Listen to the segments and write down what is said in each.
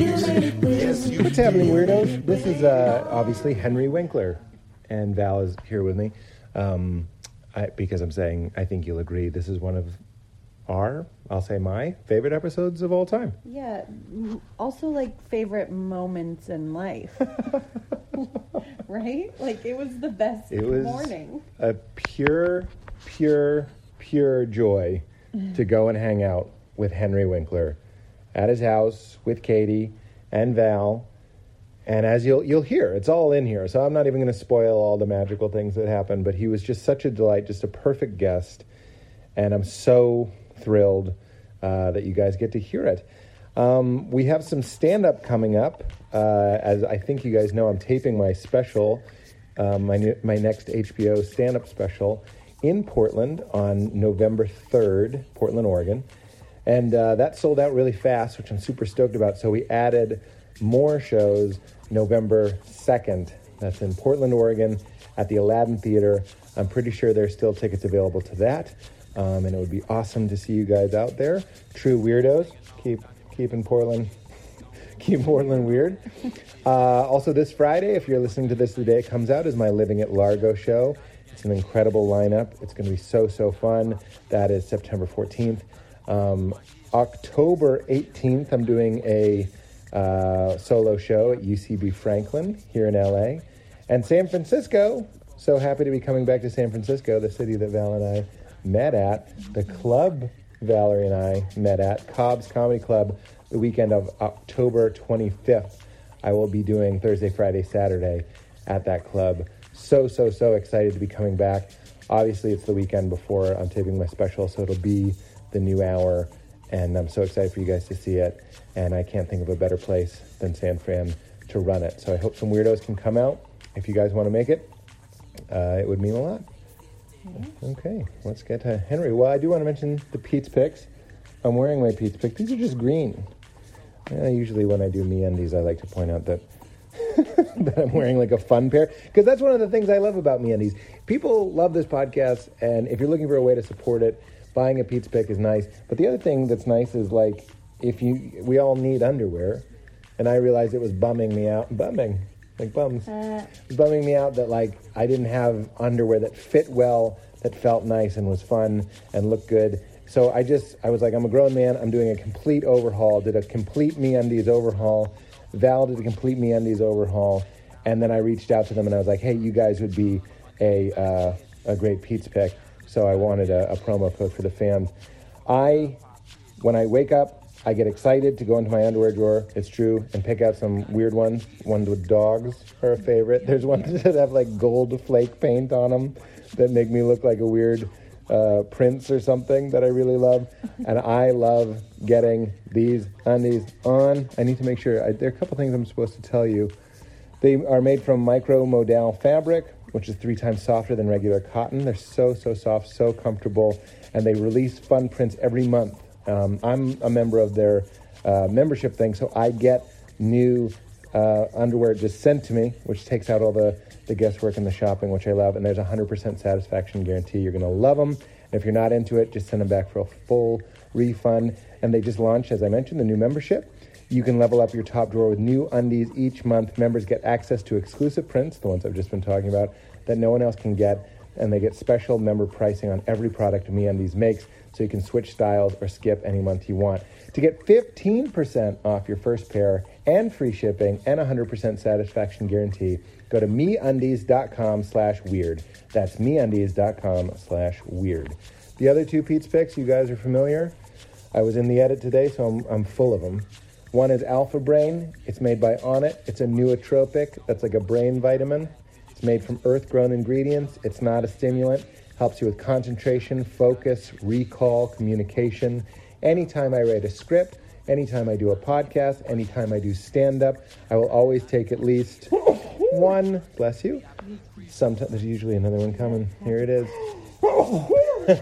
yes, you What's happening, weirdos? This is uh, obviously Henry Winkler, and Val is here with me um, I, because I'm saying I think you'll agree this is one of our, I'll say my favorite episodes of all time. Yeah. m- Also, like favorite moments in life. right? Like it was the best It was morning. a pure, pure, pure joy to go and hang out with Henry Winkler at his house with Katie and Val. And as you'll you'll hear, it's all in here. So I'm not even going to spoil all the magical things that happened. But he was just such a delight, just a perfect guest, and I'm so thrilled uh, that you guys get to hear it. Um, we have some stand up coming up. Uh, as I think you guys know, I'm taping my special, um, my new, my next HBO stand up special in Portland on November 3rd, Portland, Oregon. And uh, that sold out really fast, which I'm super stoked about. So we added more shows November 2nd. That's in Portland, Oregon at the Aladdin Theater. I'm pretty sure there's still tickets available to that. Um, and it would be awesome to see you guys out there. True weirdos, keep, keep in Portland keep Portland weird. Uh, also, this Friday, if you're listening to this the day it comes out, is my Living at Largo show. It's an incredible lineup. It's going to be so, so fun. That is September 14th. Um, October 18th, I'm doing a uh, solo show at UCB Franklin here in LA. And San Francisco, so happy to be coming back to San Francisco, the city that Val and I met at, the club Valerie and I met at, Cobb's Comedy Club, the weekend of October 25th. I will be doing Thursday, Friday, Saturday at that club. So, so, so excited to be coming back. Obviously, it's the weekend before I'm taping my special, so it'll be the new hour. And I'm so excited for you guys to see it. And I can't think of a better place than San Fran to run it. So I hope some weirdos can come out. If you guys want to make it, uh, it would mean a lot. Okay, let's get to Henry. Well, I do want to mention the Pete's Picks. I'm wearing my Pete's Picks. These are just green. Uh, usually, when I do me undies, I like to point out that that I'm wearing like a fun pair because that's one of the things I love about me undies. People love this podcast, and if you're looking for a way to support it, buying a Pete's Pick is nice. But the other thing that's nice is like if you we all need underwear, and I realized it was bumming me out, bumming like bums bumming me out that like I didn't have underwear that fit well, that felt nice and was fun and looked good. So I just I was like, I'm a grown man. I'm doing a complete overhaul. Did a complete me undies overhaul. Val did a complete me undies overhaul, and then I reached out to them and I was like, Hey, you guys would be a uh, a great Pete's pick. So I wanted a, a promo code for the fans. I when I wake up, I get excited to go into my underwear drawer. It's true, and pick out some weird ones. Ones with dogs are a favorite. There's ones that have like gold flake paint on them that make me look like a weird uh, prince or something that I really love. And I love getting these undies on. I need to make sure. I, there are a couple things I'm supposed to tell you. They are made from micro modal fabric, which is three times softer than regular cotton. They're so, so soft, so comfortable, and they release fun prints every month. Um, I'm a member of their uh, membership thing, so I get new uh, underwear just sent to me, which takes out all the, the guesswork and the shopping, which I love. And there's a 100% satisfaction guarantee. You're going to love them. And if you're not into it, just send them back for a full refund. And they just launched, as I mentioned, the new membership. You can level up your top drawer with new undies each month. Members get access to exclusive prints, the ones I've just been talking about, that no one else can get, and they get special member pricing on every product MeUndies makes, so you can switch styles or skip any month you want. To get 15% off your first pair and free shipping and 100% satisfaction guarantee, go to MeUndies.com slash weird. That's MeUndies.com slash weird. The other two Pete's picks, you guys are familiar. I was in the edit today, so I'm, I'm full of them. One is Alpha Brain. It's made by Onnit. It's a nootropic. That's like a brain vitamin. It's made from earth grown ingredients. It's not a stimulant. Helps you with concentration, focus, recall, communication. Anytime I write a script, anytime I do a podcast, anytime I do stand up, I will always take at least one. Bless you. Sometimes there's usually another one coming. Here it is. You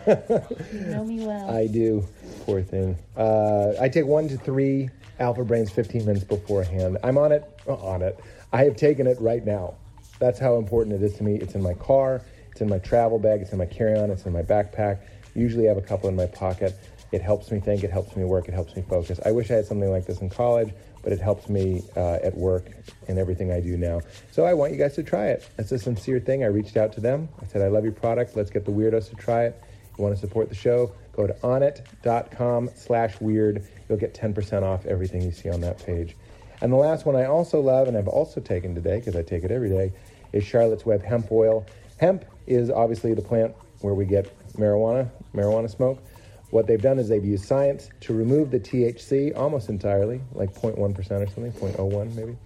know me well. I do. Poor thing. Uh, I take one to three Alpha Brains 15 minutes beforehand. I'm on it. uh, On it. I have taken it right now. That's how important it is to me. It's in my car. It's in my travel bag. It's in my carry-on. It's in my backpack. Usually, I have a couple in my pocket. It helps me think. It helps me work. It helps me focus. I wish I had something like this in college. but it helps me uh, at work and everything I do now. So I want you guys to try it. That's a sincere thing. I reached out to them. I said, I love your product. Let's get the weirdos to try it. You want to support the show? Go to onit.com slash weird. You'll get 10% off everything you see on that page. And the last one I also love and I've also taken today because I take it every day is Charlotte's Web hemp oil. Hemp is obviously the plant where we get marijuana, marijuana smoke. What they've done is they've used science to remove the THC almost entirely, like 0.1% or something, 0.01 maybe.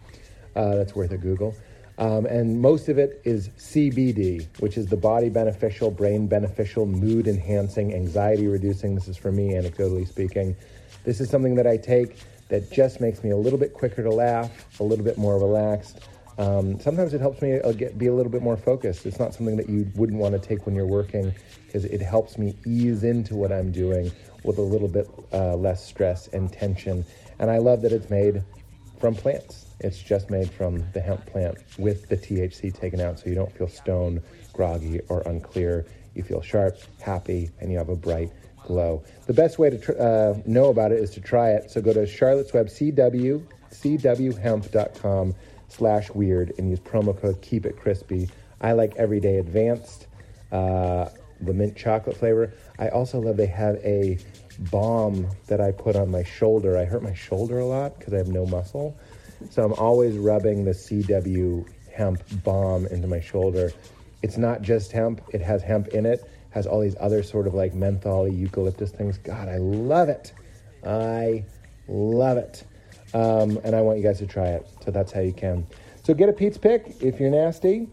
Uh, that's worth a Google. Um, and most of it is CBD, which is the body beneficial, brain beneficial, mood enhancing, anxiety reducing. This is for me, anecdotally speaking. This is something that I take that just makes me a little bit quicker to laugh, a little bit more relaxed. Um, sometimes it helps me uh, get, be a little bit more focused. It's not something that you wouldn't want to take when you're working because it helps me ease into what I'm doing with a little bit uh, less stress and tension. And I love that it's made from plants. It's just made from the hemp plant with the THC taken out so you don't feel stoned, groggy, or unclear. You feel sharp, happy, and you have a bright glow. The best way to tr- uh, know about it is to try it. So go to Charlotte's Web CW, CWHemp.com slash weird and use promo code Keep It Crispy. I like Everyday Advanced, uh, the mint chocolate flavor. I also love they have a balm that I put on my shoulder. I hurt my shoulder a lot because I have no muscle. So I'm always rubbing the CW hemp balm into my shoulder. It's not just hemp, it has hemp in it, has all these other sort of like menthol eucalyptus things. God, I love it. I love it. Um, and I want you guys to try it. So that's how you can. So get a Pete's pick if you're nasty.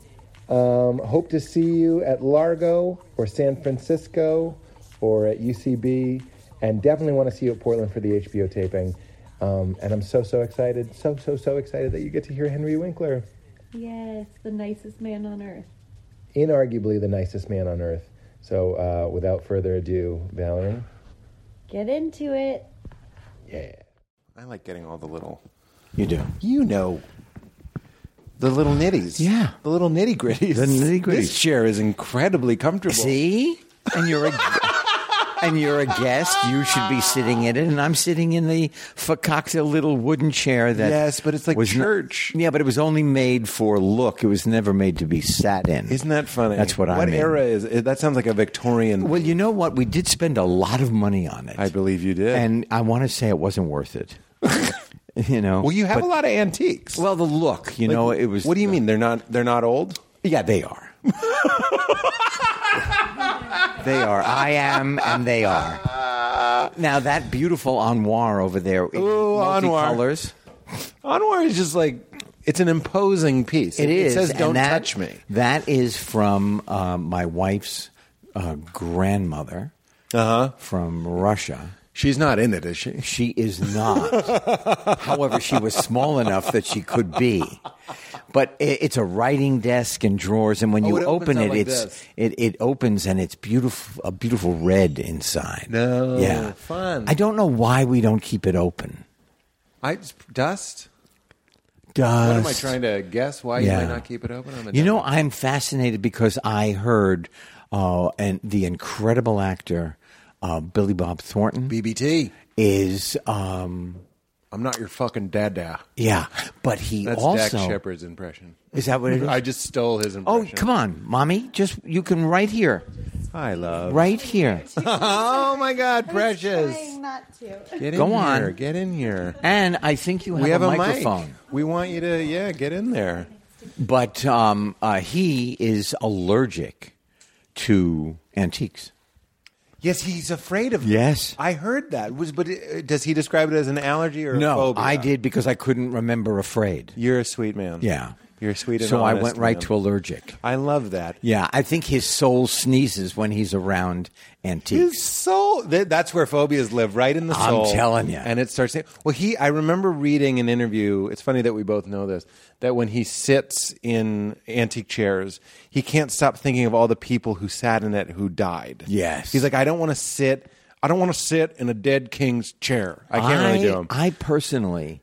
Um, hope to see you at Largo or San Francisco or at UCB. And definitely want to see you at Portland for the HBO taping. Um, and I'm so, so excited, so, so, so excited that you get to hear Henry Winkler, Yes, the nicest man on earth. inarguably the nicest man on earth. So uh, without further ado, Valerie. Get into it. Yeah. I like getting all the little, You do. you know, the little nitties. Yeah. The little nitty gritties. The nitty-gritties. This chair is incredibly comfortable. See? And you're a and you're a guest. You should be sitting in it, and I'm sitting in the fakakta little wooden chair. That Yes, but it's like was not- church. yeah, but it was only made for look. It was never made to be sat in. Isn't that funny? That's what what I'm in. era is it? That sounds like a Victorian. Well, you know what? We did spend a lot of money on it. I believe you did. and I want to say it wasn't worth it. you know. well, you have But- a lot of antiques. Well, the look. You Like, know, it was. What do you mean? They're not. They're not old. Yeah, they are. they are. I am, and they are. Now that beautiful armoire over there, in Ooh, armoire. multicolors. Anwar is just like it's an imposing piece. It is. says, and "Don't that- touch me." That is from uh, my wife's uh, grandmother Uh huh. from Russia. She's not in it, is she? She is not. However, she was small enough that she could be. But i- it's a writing desk and drawers, and when Oh, you it opens open up it, like it's this. it, it opens and it's beautiful, a beautiful red inside. No, yeah, fun. I don't know why we don't keep it open. I dust. Dust. What am I trying to guess? Why Yeah. you might not keep it open? I'm a You know, dummy. I'm fascinated because I heard uh, and the incredible actor uh, Billy Bob Thornton BBT. is um, I'm not your fucking dada. yeah, but he That's also Dak Shepard's impression. is that what it is? I just stole his Oh, impression. come on, mommy. Just you can right here, I love. right here. Oh my God, precious! not to. Get in Go here. on. Get in here. And I think you have, we have a, a, microphone. mic. We want you to yeah get in there. But um, uh, he is allergic to antiques. Yes, he's afraid of. Yes. I heard that. Was but uh, does he describe it as an allergy or a No, phobia? I did because I couldn't remember afraid. You're a sweet man. Yeah, you're a sweet. And so I honest went right man. to allergic. I love that. Yeah, I think his soul sneezes when he's around His antiques. soul. th- That's where phobias live, right in the I'm soul. telling ya. And it starts. Well, he. I remember reading an interview. It's funny that we both know this. That when he sits in antique chairs, he can't stop thinking of all the people who sat in it who died. Yes. He's like, I don't want to sit. I don't want to sit in a dead king's chair. I can't really do him. I personally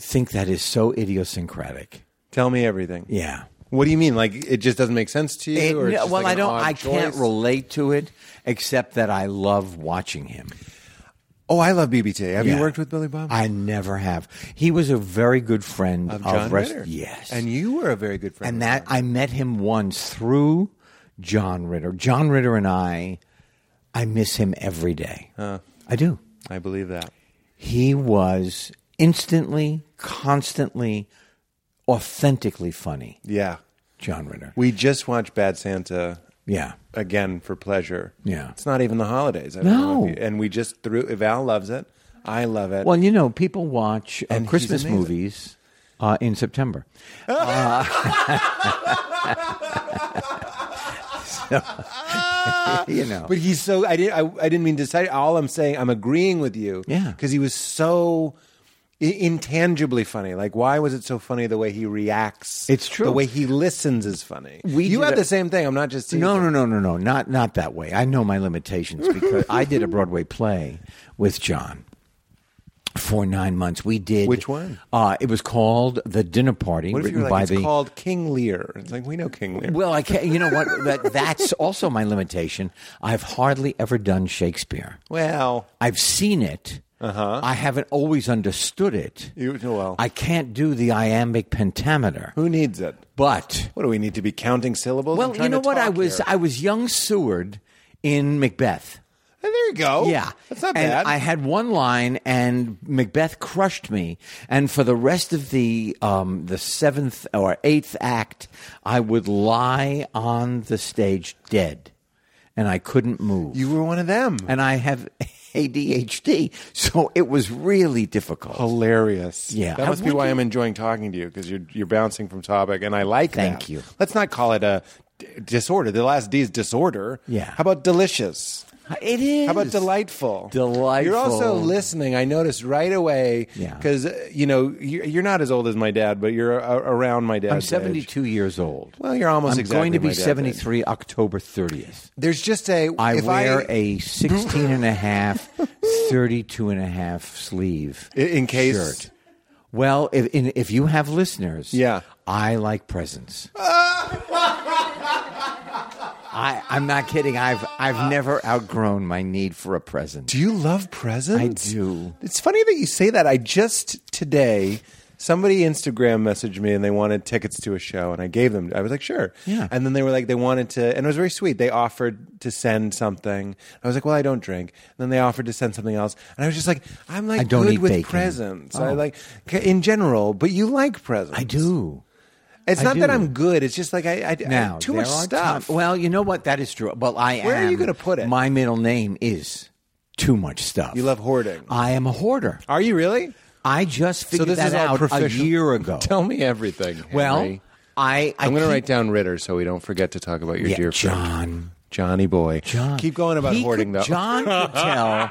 think that is so idiosyncratic. Tell me everything. Yeah. What do you mean? Like it just doesn't make sense to you? It- or it's no, just well, like I an don't. odd I can't choice? relate to it, except that I love watching him. Oh, I love BBT. Have Yeah. you worked with Billy Bob? I never have. He was a very good friend of of, John rest- Ritter. Yes, and you were a very good friend. and of that I met him once through John Ritter. John Ritter and I, I miss him every day. I do. mine. I believe that. He was instantly, constantly, authentically funny. Yeah, John Ritter. we just watched Bad Santa yeah. again for pleasure. Yeah. it's not even the holidays. I don't know if No. you- and we just threw. Val loves it. I love it. Well, you know, people watch uh, And he's Christmas amazing. movies uh, in September. Uh, so, you know. But he's so I didn't I, I didn't mean to say all I'm saying I'm agreeing with you. Yeah. Cuz he was so i- intangibly funny. Like why was it so funny the way he reacts? It's true. The way he listens is funny. We you did had a- the same thing. I'm not just teasing. No, no, no, no, no. Not not that way. I know my limitations because I did a Broadway play with John for nine months. We did Which one? Uh, it was called The Dinner Party, What if written you're by like it's the called King Lear? It's like we know King Lear. Well, I can't. You know what? That, that's also my limitation. I've hardly ever done Shakespeare. Well, I've seen it. Uh-huh. I haven't always understood it. You- well. I can't do the iambic pentameter. who needs it? But What do we need to be counting syllables? I'm well, trying you know to what? I talk was here. I was young Seward in Macbeth. And there you go. yeah, Oh, That's not and bad. I had one line, and Macbeth crushed me. And for the rest of the um, the seventh or eighth act, I would lie on the stage dead, and I couldn't move. you were one of them. and I have ADHD, so it was really difficult. Hilarious. Yeah. That must be Would why you- I'm enjoying talking to you because you're you're bouncing from topic, and I like Thank that. you. Let's not call it a d- disorder. The last D is disorder. Yeah. How about delicious? It is. How about delightful? Delightful. You're also listening. I noticed right away Yeah. because you know you- you're not as old as my dad, but you're a- around my dad's I'm age. 72 years old. Well, you're almost I'm exactly going to my be dad's age. 73 October 30th. There's just a I if wear a 16 and a half, 32 and a half sleeve I- in case- shirt. Well, if, in, if you have listeners, Yeah. I like presents. I, I'm not kidding. I've I've never outgrown my need for a present. Do you love presents? I do. It's funny that you say that. I just today somebody Instagram messaged me and they wanted tickets to a show and I gave them. I was like, sure. Yeah. And then they were like, they wanted to, and it was very sweet. They offered to send something. I was like, well, I don't drink. And then they offered to send something else, and I was just like, I'm like I don't good eat with bacon. presents. Oh. I like in general, but you like presents. I do. It's I not that do. I'm good. It's just like I, I Now too there much are stuff. time- well, you know what? That is true. Well, I Where are am. you gonna put it? My middle name is too much stuff. you love hoarding. I am a hoarder. are you really? I just So figured this that is our out a professional- year ago. Tell me everything. well, Henry. I, I I'm going to keep- write down Ritter so we don't forget to talk about your Yeah, dear friend John. Johnny Boy. John. keep going about He hoarding could- though. John could tell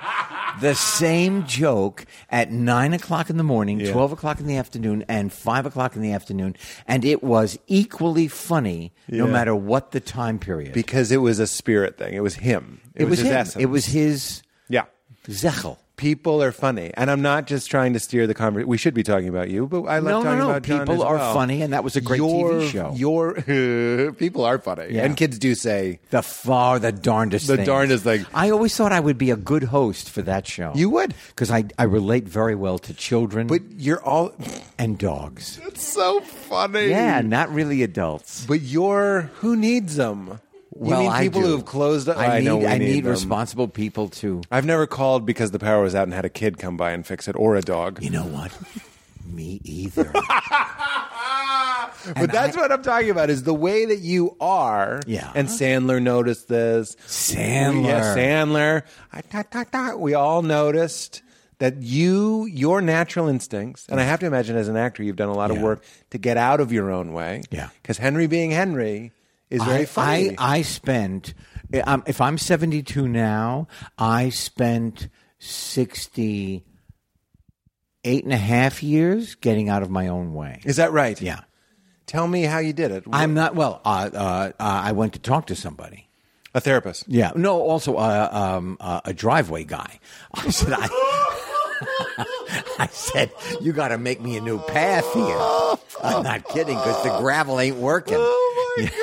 the same joke at nine o'clock in the morning, Yeah. twelve o'clock in the afternoon, and five o'clock in the afternoon, and it was equally funny no Yeah. matter what the time period. because it was a spirit thing. It was him. It, it was, his him. essence. It was his yeah. zechel. People are funny, and I'm not just trying to steer the conversation. We should be talking about you, but I love No, no, talking no. about John People as are well. funny, and that was a great your, TV show. Your people are funny, Yeah. and kids do say The far the darndest The things. darndest thing. I always thought I would be a good host for that show. you would. because I, I relate very well to children But you're all and dogs. so funny. Yeah, not really adults. but you're who needs them? well, you mean I people do. who have closed. I, need, know we I need, them. responsible people to. I've never called because the power was out and had a kid come by and fix it or a dog. You know what? Me either. but that's I- what I'm talking about is the way that you are. Yeah. And Sandler noticed this. Sandler. Yeah, Sandler. I, ta, ta, ta. We all noticed that you, your natural instincts, and I have to imagine as an actor, you've done a lot of Yeah. work to get out of your own way. Yeah. Because Henry being Henry is very I, funny. I, I spent. Um, if I'm 72 now, I spent 68 and a half years getting out of my own way. is that right? Yeah. Tell me how you did it. I'm not well. Uh, uh, uh, I went to talk to somebody. a therapist. Yeah. No. Also, uh, um, uh, a driveway guy. I said, I, I said, you got to make me a new path here. I'm not kidding because the gravel ain't working. Oh my god!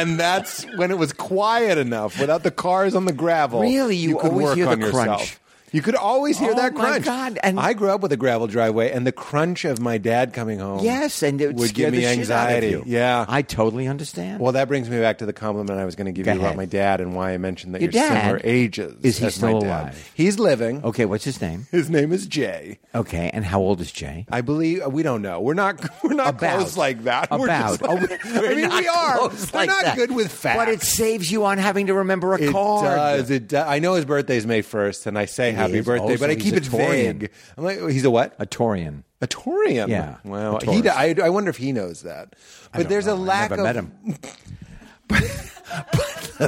And that's when it was quiet enough without the cars on the gravel. Really? You could always work hear the on yourself. crunch. You could always hear Oh, that my crunch. God, and- I grew up with a gravel driveway, and the crunch of my dad coming home. Yes, and it would, would scare give me the shit out of anxiety. you. Yeah. I totally understand. well, that brings me back to the compliment I was going to give Go you about ahead. my dad and why I mentioned that Your you're dad- similar ages. is he as my still dad. alive? He's living. okay, what's his name? His name is Jay. Okay, and how old is Jay? I believe uh, we don't know. We're not we're not About. close like that. We're About. just like- Oh, we're I mean, not we are. close we're like not that. good with facts. But it saves you on having to remember a It card. does. It do- I know his birthday's May first, and I say happy is. birthday, Oh, but so I he's keep a it Taurian. vague. I'm like, he's a what? A Taurian. A Taurian. Yeah. Wow. A He, Taurus. I, I wonder if he knows that. But don't there's know. a I lack never of. met him.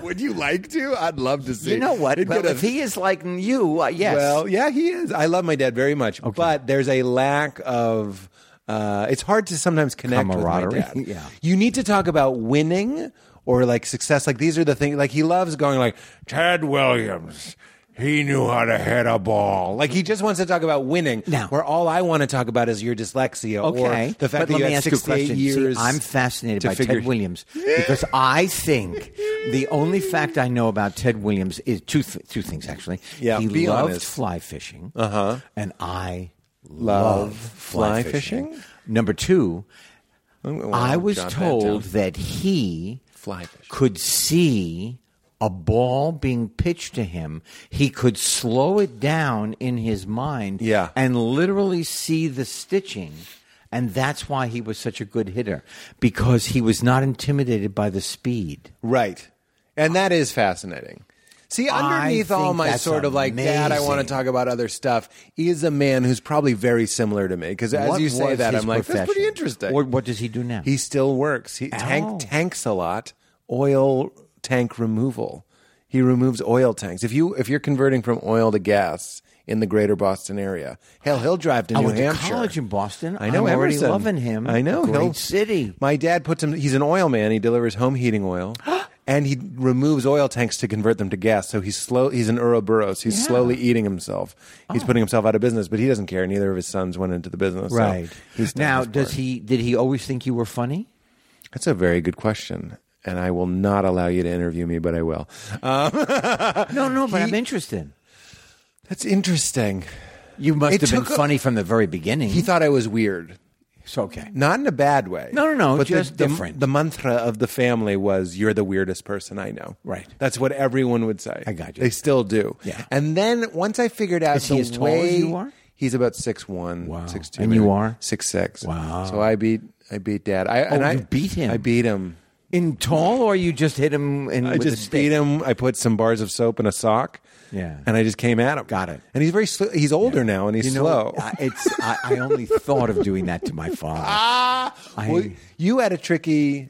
Would you like to? I'd love to see. You know what? It'd Well, get if a- he is like you, uh, yes. Well, yeah, he is. I love my dad very much, but there's a lack of. Uh, it's hard to sometimes connect with my Camaraderie, dad. yeah. You need to talk about winning or like success. Like these are the things. Like he loves going like Ted Williams. He knew how to hit a ball. Like he just wants to talk about winning. Now- where all I want to talk about is your dyslexia Okay. or the fact but that let you me had ask you a six to eight question. See, years. I'm fascinated to by figure- Ted Williams because I think the only fact I know about Ted Williams is two th- two things actually. Yeah, he be loved honest. fly fishing. Uh-huh. And I love, Love fly, fly fishing. fishing? Number 2, Oh, Well, I was jot that told down. that he Fly fishing. could see a ball being pitched to him. He could slow it down in his mind Yeah. and literally see the stitching. And that's why he was such a good hitter because he was not intimidated by the speed. Right. And that is fascinating. See, I underneath all think my that's sort of like, Dad, I want to amazing." talk about other stuff, is a man who's probably very similar to me. Because as What you say was that, his I'm like, that's pretty profession? interesting. What, what does he do now? he still works. He Oh. tank tanks a lot. Oil tank removal. He removes oil tanks. If you if you're converting from oil to gas in the greater Boston area, hell, he'll drive to I New went to Hampshire. college in Boston. I know I'm already Emerson. loving him. I know Great he'll- city. My dad puts him. He's an oil man. He delivers home heating oil, and he removes oil tanks to convert them to gas. So he's slow. He's an Ouroboros. He's Yeah. Oh. slowly eating himself. He's putting himself out of business, but he doesn't care. Neither of his sons went into the business. so he's done now, his does part. he? Did he always think you were funny? That's a very good question, and I will not allow you to interview me, but I will. No, no. But He- I'm interested. That's interesting. You must It have been took a- funny from the very beginning. He thought I was weird. it's okay. Not in a bad way. No, no, no, But the- just the, different. The mantra of the family was, "You're the weirdest person I know." Right. That's what everyone would say. I got you. They still do. Yeah. And then once I figured out Is the he as tall as way you are? he's about six one, Wow. six two, And you are? six six. Wow. Oh, So I beat I beat dad. I and I you beat him. I beat him. In tall, or you just hit him? In, I with a just stick? beat him. I put some bars of soap in a sock. Yeah. And I just came at him. Got it. And he's very sl- he's older now and he's You know, slow. I, it's I, I only thought of doing that to my father. I- Ah, well, you had a tricky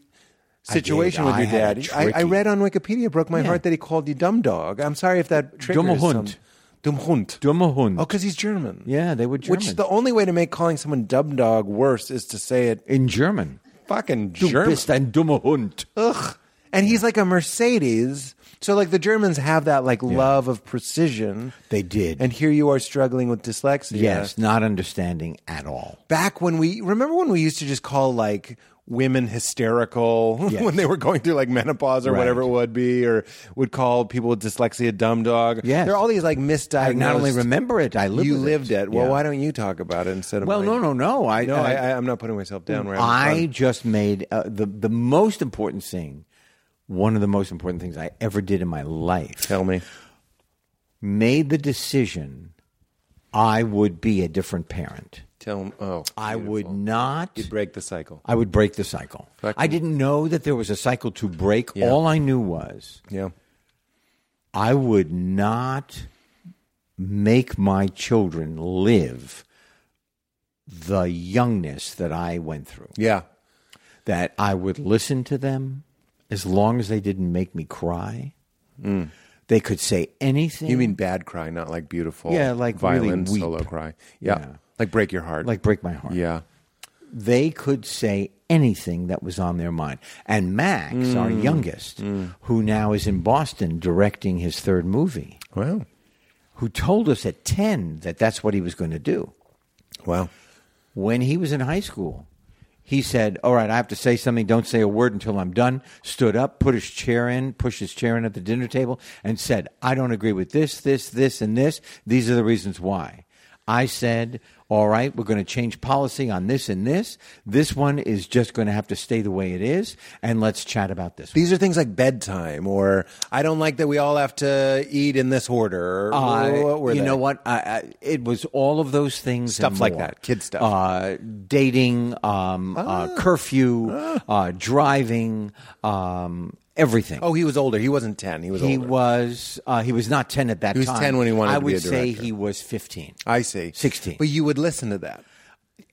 situation did. with I your had dad. a I, I tricky- read on Wikipedia, it broke my Yeah. heart that he called you dumb dog. I'm sorry if that triggers Dummer some- Hund. Dumm Hund. Dummer Hund. Oh, because he's German. Yeah, they were Which German. the only way to make calling someone dumb dog worse is to say it in German. fucking Du German. bist ein dummer Hund. Ugh. And he's like a Mercedes. So like the Germans have that like love of precision. They did. And uh, here you are struggling with dyslexia. Yes, not understanding at all. back when we remember when we used to just call like women hysterical Yes. when they were going through like menopause or Right. whatever it would be, or would call people with dyslexia dumb dog. Yes. there are all these like misdiagnosed. I not only remember it, I lived you with it. lived it. Well, Yeah. why don't you talk about it instead of? Well, mine? no, no, no. I No, I- I, I, I'm not putting myself down. Where I I, just made uh, the the most important thing, one of the most important things I ever did in my life. tell me. Made the decision I would be a different parent. Tell me. Oh, I beautiful. would not. You'd break the cycle. I would break the cycle. Fucking- I didn't know that there was a cycle to break. Yeah. All I knew was Yeah. I would not make my children live the youngness that I went through. Yeah. that I would listen to them as long as they didn't make me cry. They could say anything. Mm. You mean bad cry, not like beautiful. Yeah, like really violin weep. solo cry. Yeah. Yeah. like break your heart. like break my heart? yeah. They could say anything that was on their mind. And Max, our Mm. youngest, who now is in Boston directing his third movie, Wow. who told us at 10 that that's what he was going to do. Wow. When he was in high school, He said, All right, I have to say something. Don't say a word until I'm done. Stood up, put his chair in, pushed his chair in at the dinner table, and said, I don't agree with this, this, this, and this. These are the reasons why. I said, all right, we're going to change policy on this and this. This one is just going to have to stay the way it is, and let's chat about this. These are things like bedtime, or I don't like that we all have to eat in this order. Or I- what were Uh, you they? know what? I, I, it was all of those things, Stuff and like more. that, kid stuff. Ah. uh, dating, um, uh, curfew, uh, driving, um, everything. Oh, he was older. He wasn't ten. He was. he older. was uh, he was not ten at that He was time. 10 when he wanted I to be would a say director. he was fifteen. I see. 16. But you would listen to that.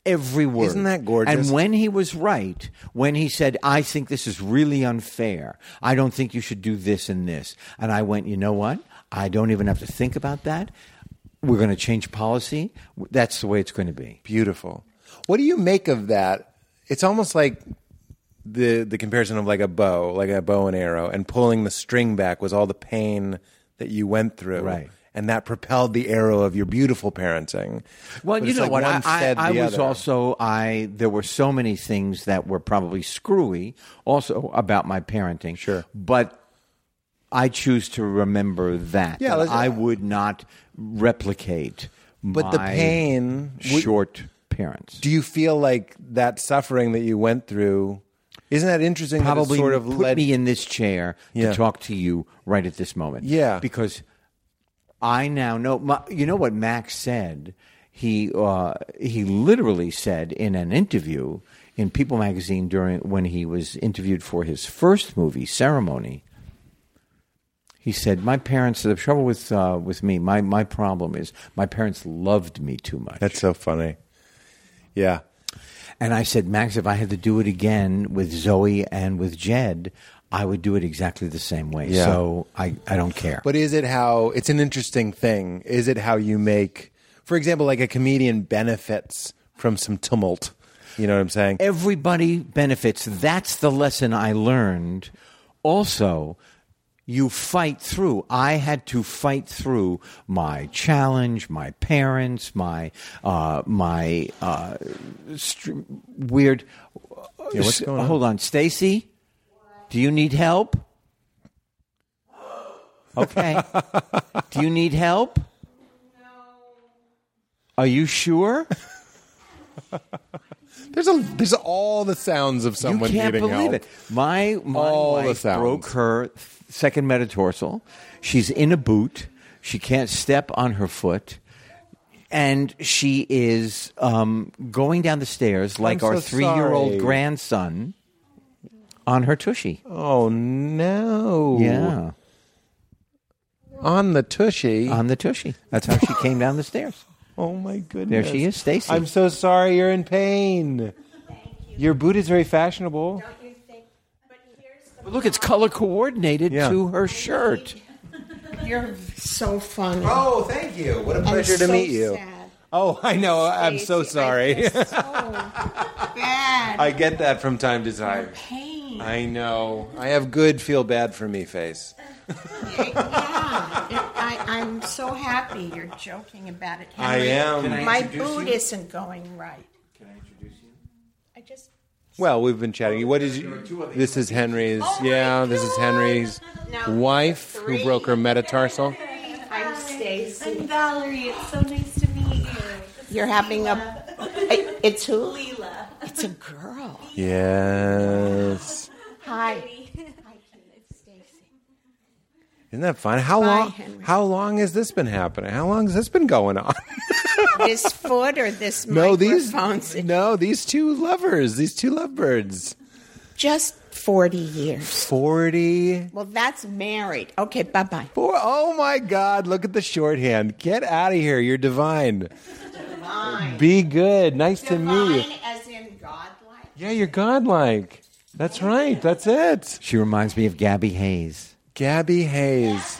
every word. Isn't that gorgeous? And when he was right, when he said, I think this is really unfair. I don't think you should do this and this. And I went, you know what? I don't even have to think about that. We're going to change policy. That's the way it's going to be. Beautiful. What do you make of that? It's almost like the the comparison of like a bow, like a bow and arrow, and pulling the string back was all the pain that you went through, Right. And that propelled the arrow of your beautiful parenting. Well, But you it's know like what? I, one I, fed I the was other. also I. There were so many things that were probably screwy, also about my parenting. Sure. but I choose to remember that. Yeah, that let's- uh, I would not replicate. But the my pain would- short parents. Do you feel like that suffering that you went through? Isn't that interesting? that it probably sort of put led me in this chair Yeah. to talk to you right at this moment. Yeah. because I now know. My, you know what Max said. He uh, he literally said in an interview in People magazine during when he was interviewed for his first movie ceremony. He said, "My parents. The trouble with uh, with me, my my problem is my parents loved me too much." That's so funny. Yeah. And I said, Max, if I had to do it again with Zoe and with Jed, I would do it exactly the same way. Yeah. So I, I don't care. But is it how it's an interesting thing? Is it how you make, for example, like a comedian benefits from some tumult? You know what I'm saying? everybody benefits. That's the lesson I learned. Also, you fight through. I had to fight through my challenge, my parents, my uh, my uh, str- weird. Yeah, what's going on? Hold on, Stacy. Do you need help? Okay. Do you need help? No. Are you sure? There's a there's all the sounds of someone you can't needing believe help. it. My, my All the wife sounds. broke her th- second metatarsal. She's in a boot. She can't step on her foot. And she is um, going down the stairs like I'm our so three year old sorry. grandson on her tushy. Oh no! Yeah. on the tushy. On the tushy. That's how she came down the stairs. oh my goodness! There she is, Stacy. I'm so sorry. You're in pain. Your boot is very fashionable. Don't you think? But here's the. Look, it's color coordinated Yeah. to her shirt. You're so funny. Oh, thank you. What a And pleasure to so meet you. sad. Oh, I know. I'm so Stacy, I sorry. feel so bad. I get that from time to time. Pain. I know. I have good feel bad for me face. yeah. It- I, I'm so happy you're joking about it. I Henry. am. Can I My introduce boot you? isn't going right. Can I introduce you? I just. Well, we've been chatting. What is you? This is Henry's. Oh yeah, this is Henry's Now, wife who broke her metatarsal. I'm Stacy. I'm Valerie. It's so nice to meet you. You're having a. I- It's who? Leela. It's a girl. Yes. Hi. Isn't that fun? How long? Henry. How long has this been happening? How long has this been going on? This foot or this no, these microphone's no, these two lovers, these two lovebirds. just 40 years. Forty. Well, that's married. Okay, bye bye. Four, oh my God! Look at the shorthand. Get out of here. You're divine. Divine. Be good. Nice to meet you. Divine as in godlike. Yeah, you're godlike. That's right. That's it. She reminds me of Gabby Hayes. Gabby Hayes. Eh?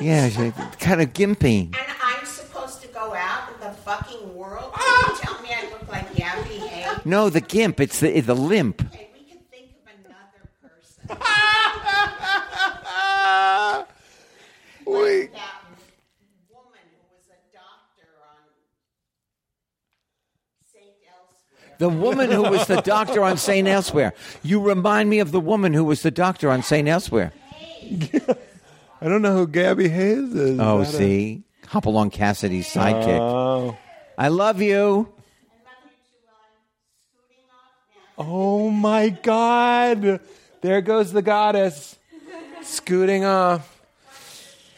Yeah, she's kind of gimpy. And I'm supposed to go out in the fucking world? Can you tell me I look like Gabby Hay? No, the gimp. It's the the limp. Okay, we can think of another person. Ah, wait. That woman who was a doctor on St. Elsewhere. The woman who was the doctor on St. Elsewhere. You remind me of the woman who was the doctor on St. Elsewhere. I don't know who Gabby Hayes is. Oh, Is that a- see? Hop along Cassidy's sidekick. Oh. I love you. Oh my God! There goes the goddess, scooting off.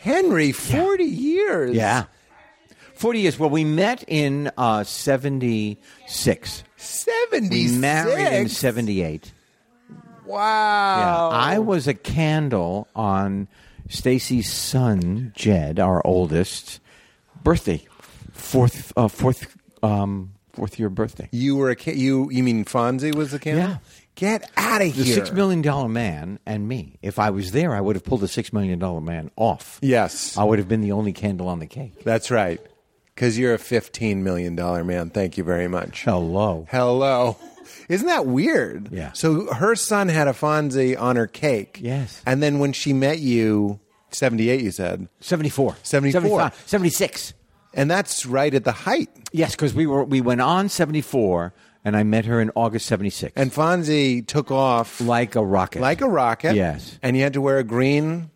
Henry, forty years. Yeah. 40 years. Well, we met in uh, 76. seventy. We married in 78. Yeah. Wow. I was a candle on Stacy's son, Jed, our oldest, birthday. Fourth, uh, fourth, um, fourth year birthday. You were a ca- you. You mean Fonzie was the candle? Yeah. Get out of The here. six million dollar man and me. If I was there, I would have pulled the six million dollar man off. Yes, I would have been the only candle on the cake. that's right. Because you're a fifteen million dollar man. Thank you very much. Hello. Hello. Isn't that weird? Oh. Yeah. So her son had a Fonzie on her cake. Yes. And then when she met you, 78, you said. 74. 74. 75, 76. And that's right at the height. Yes, because we were we went on 74, and I met her in August 76. And Fonzie took off like a rocket. like a rocket. Yes. And you had to wear a green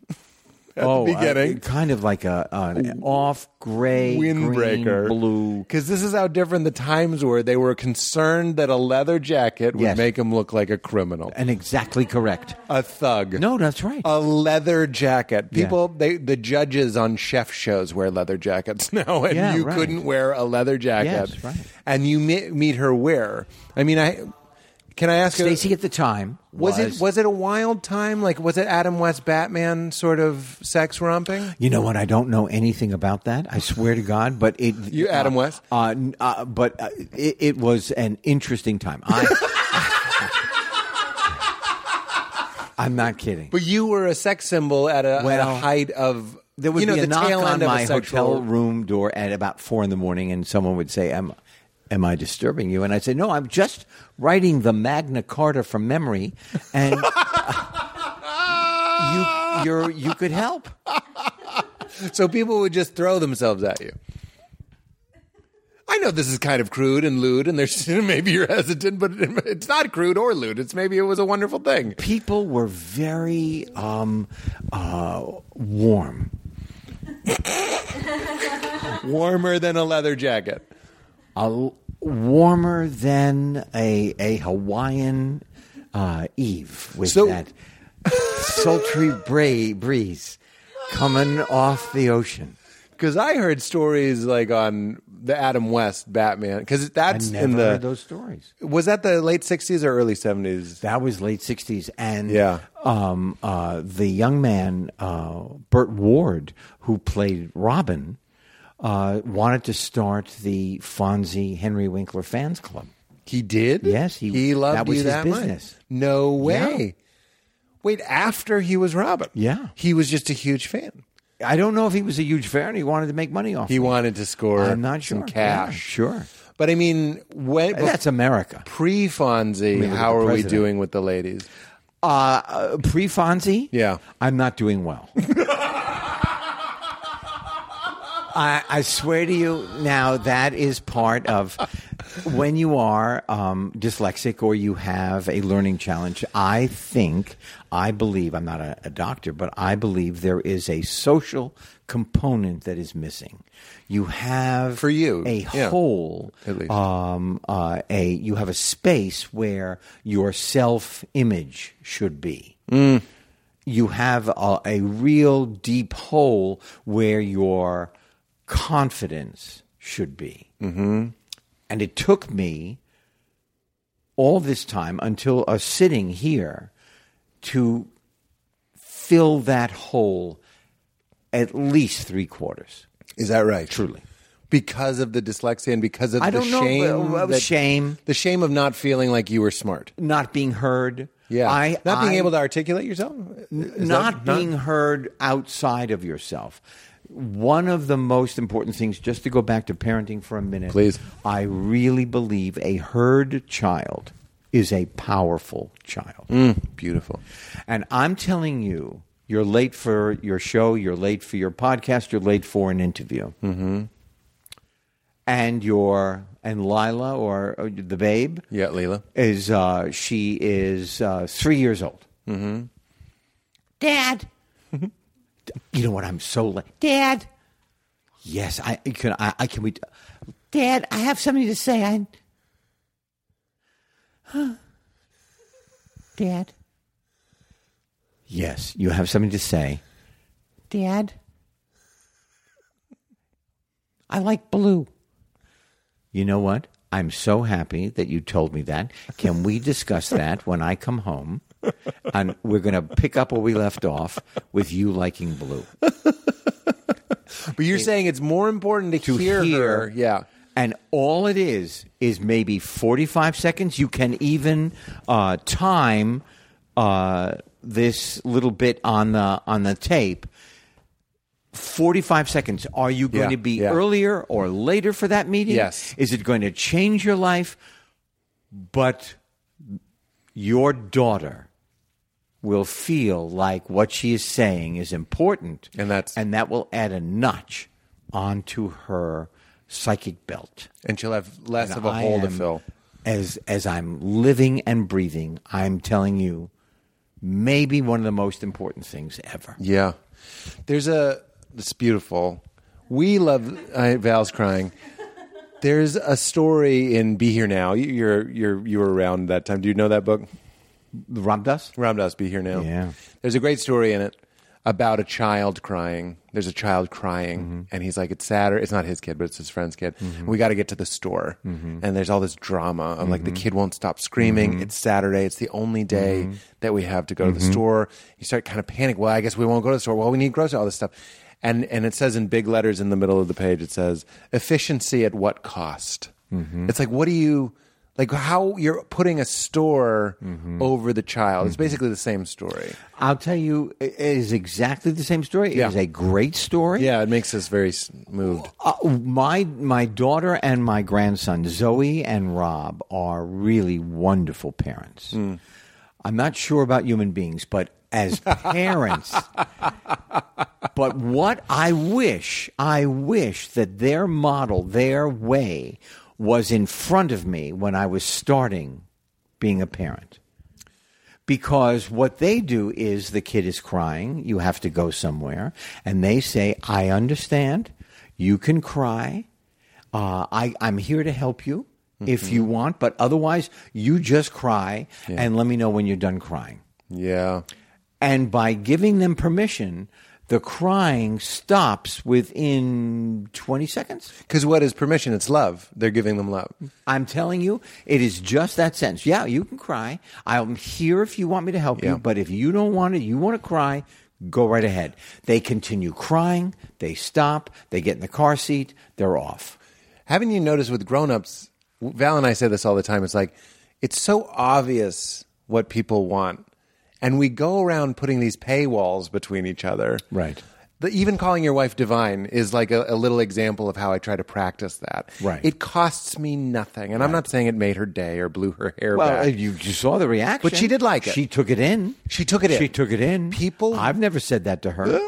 at oh, the uh, beginning. kind of like a an off gray, Windbreaker. green, blue. Because this is how different the times were. They were concerned that a leather jacket would Yes. make him look like a criminal, And exactly correct. a thug. No, that's right. a leather jacket. Yeah. People, they the judges on chef shows wear leather jackets now, and Yeah, you right. couldn't wear a leather jacket. Yes, right. And you meet, meet her where? I mean, I can I ask? Stacy at the time was, was, it was it a wild time? Like was it Adam West Batman sort of sex romping? You know what? I don't know anything about that. I swear to God, but it. You Adam West? Uh, n- uh, but uh, it, it was an interesting time. I, I'm not kidding. But you were a sex symbol at a, at a Well, height of There would you know, be a the knock tail on end of my a sexual hotel room door at about four in the morning, and someone would say, "Am, am I disturbing you?" And I said, "No, I'm just writing the Magna Carta from memory, and uh, you you're, you could help." So people would just throw themselves at you. I know this is kind of crude and lewd, and there's maybe you're hesitant, but it's not crude or lewd. It's maybe it was a wonderful thing. people were very um, uh, warm. Warmer than a leather jacket. A, warmer than a, a Hawaiian uh, eve with So- that sultry bra- breeze coming off the ocean. Because I heard stories like on the Adam West Batman. Because I that's never in the heard those stories. was that the late '60s or early '70s? That was late '60s, and Yeah. um, uh, the young man uh, Burt Ward, who played Robin, uh, wanted to start the Fonzie Henry Winkler fans club. He did. Yes, he- he loved that was you his that business. much. No way. Wait, after he was Robin. Yeah. he was just a huge fan. I don't know if he was a huge fan. He wanted to make money off. He it. wanted to score. I'm not sure. Some cash. Yeah, sure, But I mean, when And that's America. pre Fonzie, look at how the are we president. doing with the ladies? Uh, uh, Pre Fonzie, Yeah. I'm not doing well. I, I swear to you, now that is part of when you are um, dyslexic or you have a learning challenge. I think, I believe, I'm not a, a doctor, but I believe there is a social component that is missing. You have For you, a yeah. hole, At least. um, uh, a you have a space where your self image should be Mm. you have a, a real deep hole where your confidence should be. Mm-hmm. And it took me all this time until a sitting here to fill that hole at least three quarters. Is that right? Truly. Because of the dyslexia and because of I the don't know, shame, uh, uh, that- shame. the shame of not feeling like you were smart. Not being heard. Yeah, I, not being I- able to articulate yourself. Is not that- being heard outside of yourself. One of the most important things, just to go back to parenting for a minute, Please. I really believe a heard child is a powerful child. Mm. beautiful. And I'm telling you, you're late for your show, you're late for your podcast, you're late for an interview. Mm-hmm. and your and Lila or, or the babe Yeah, Leela. is uh, she is uh, three years old. Mm-hmm. Dad, you know what? I'm so late. Dad, yes, I can. I, I can. We, Dad, I have something to say. I, Huh? Dad, yes, you have something to say. Dad, I like blue. You know what? I'm so happy that you told me that. Can we discuss that when I come home? And we're going to pick up where we left off with you liking blue. But you're saying it's more important to, To hear, hear. her. Yeah. And all it is is maybe 45 seconds. You can even uh, time uh, this little bit on the on the tape. 45 seconds. Are you going Yeah, to be yeah. earlier or later for that meeting? Yes. Is it going to change your life? But your daughter will feel like what she is saying is important And that's- and that will add a notch onto her psychic belt And she'll have less And of a I hole to am- fill. as as i'm living and breathing i'm telling you maybe one of the most important things ever Yeah. There's a, it's beautiful. We love, I, Val's crying. There's a story in Be Here Now. You- You're, you're, you were around that time. Do you know that book? rob dust Round us, be here now. Yeah. There's a great story in it about a child crying. There's a child crying, and he's like, "It's Saturday." It's not his kid, but it's his friend's kid. We got to get to the store, and there's all this drama of like the kid won't stop screaming. It's Saturday. It's the only day that we have to go to the store. You start kind of panic. Well, I guess we won't go to the store. Well, we need groceries. All this stuff. And, and it says in big letters in the middle of the page, it says efficiency at what cost? It's like, what do you, like how you're putting a store over the child. It's basically the same story. i'll tell you it is exactly the same story Yeah. it is a great story Yeah, it makes us very s- moved. Uh, my my daughter and my grandson Zoe and Rob are really wonderful parents. I'm not sure about human beings, but as parents, but what I wish, I wish that their model, their way, was in front of me when I was starting being a parent. Because what they do is the kid is crying, you have to go somewhere, and they say, I understand, you can cry, uh, I, I'm here to help you if you want, but otherwise, you just cry and let me know when you're done crying. Yeah. And by giving them permission, the crying stops within 20 seconds. Because what is permission? It's love. They're giving them love. I'm telling you, it is just that sentence. Yeah, you can cry. I'm here if you want me to help Yeah. you, but if you don't want it, you want to cry, go right ahead. They continue crying, they stop, they get in the car seat, they're off. Haven't you noticed with grown-ups, Val and I say this all the time, it's like, it's so obvious what people want. And we go around putting these paywalls between each other. Right. The, even calling your wife divine is like a, a little example of how I try to practice that. Right. It costs me nothing. And I'm not saying it made her day or blew her hair Well, back. uh, you, you saw the reaction. But she did like it. She took it in. She took it in. She took it in. People- I've never said that to her.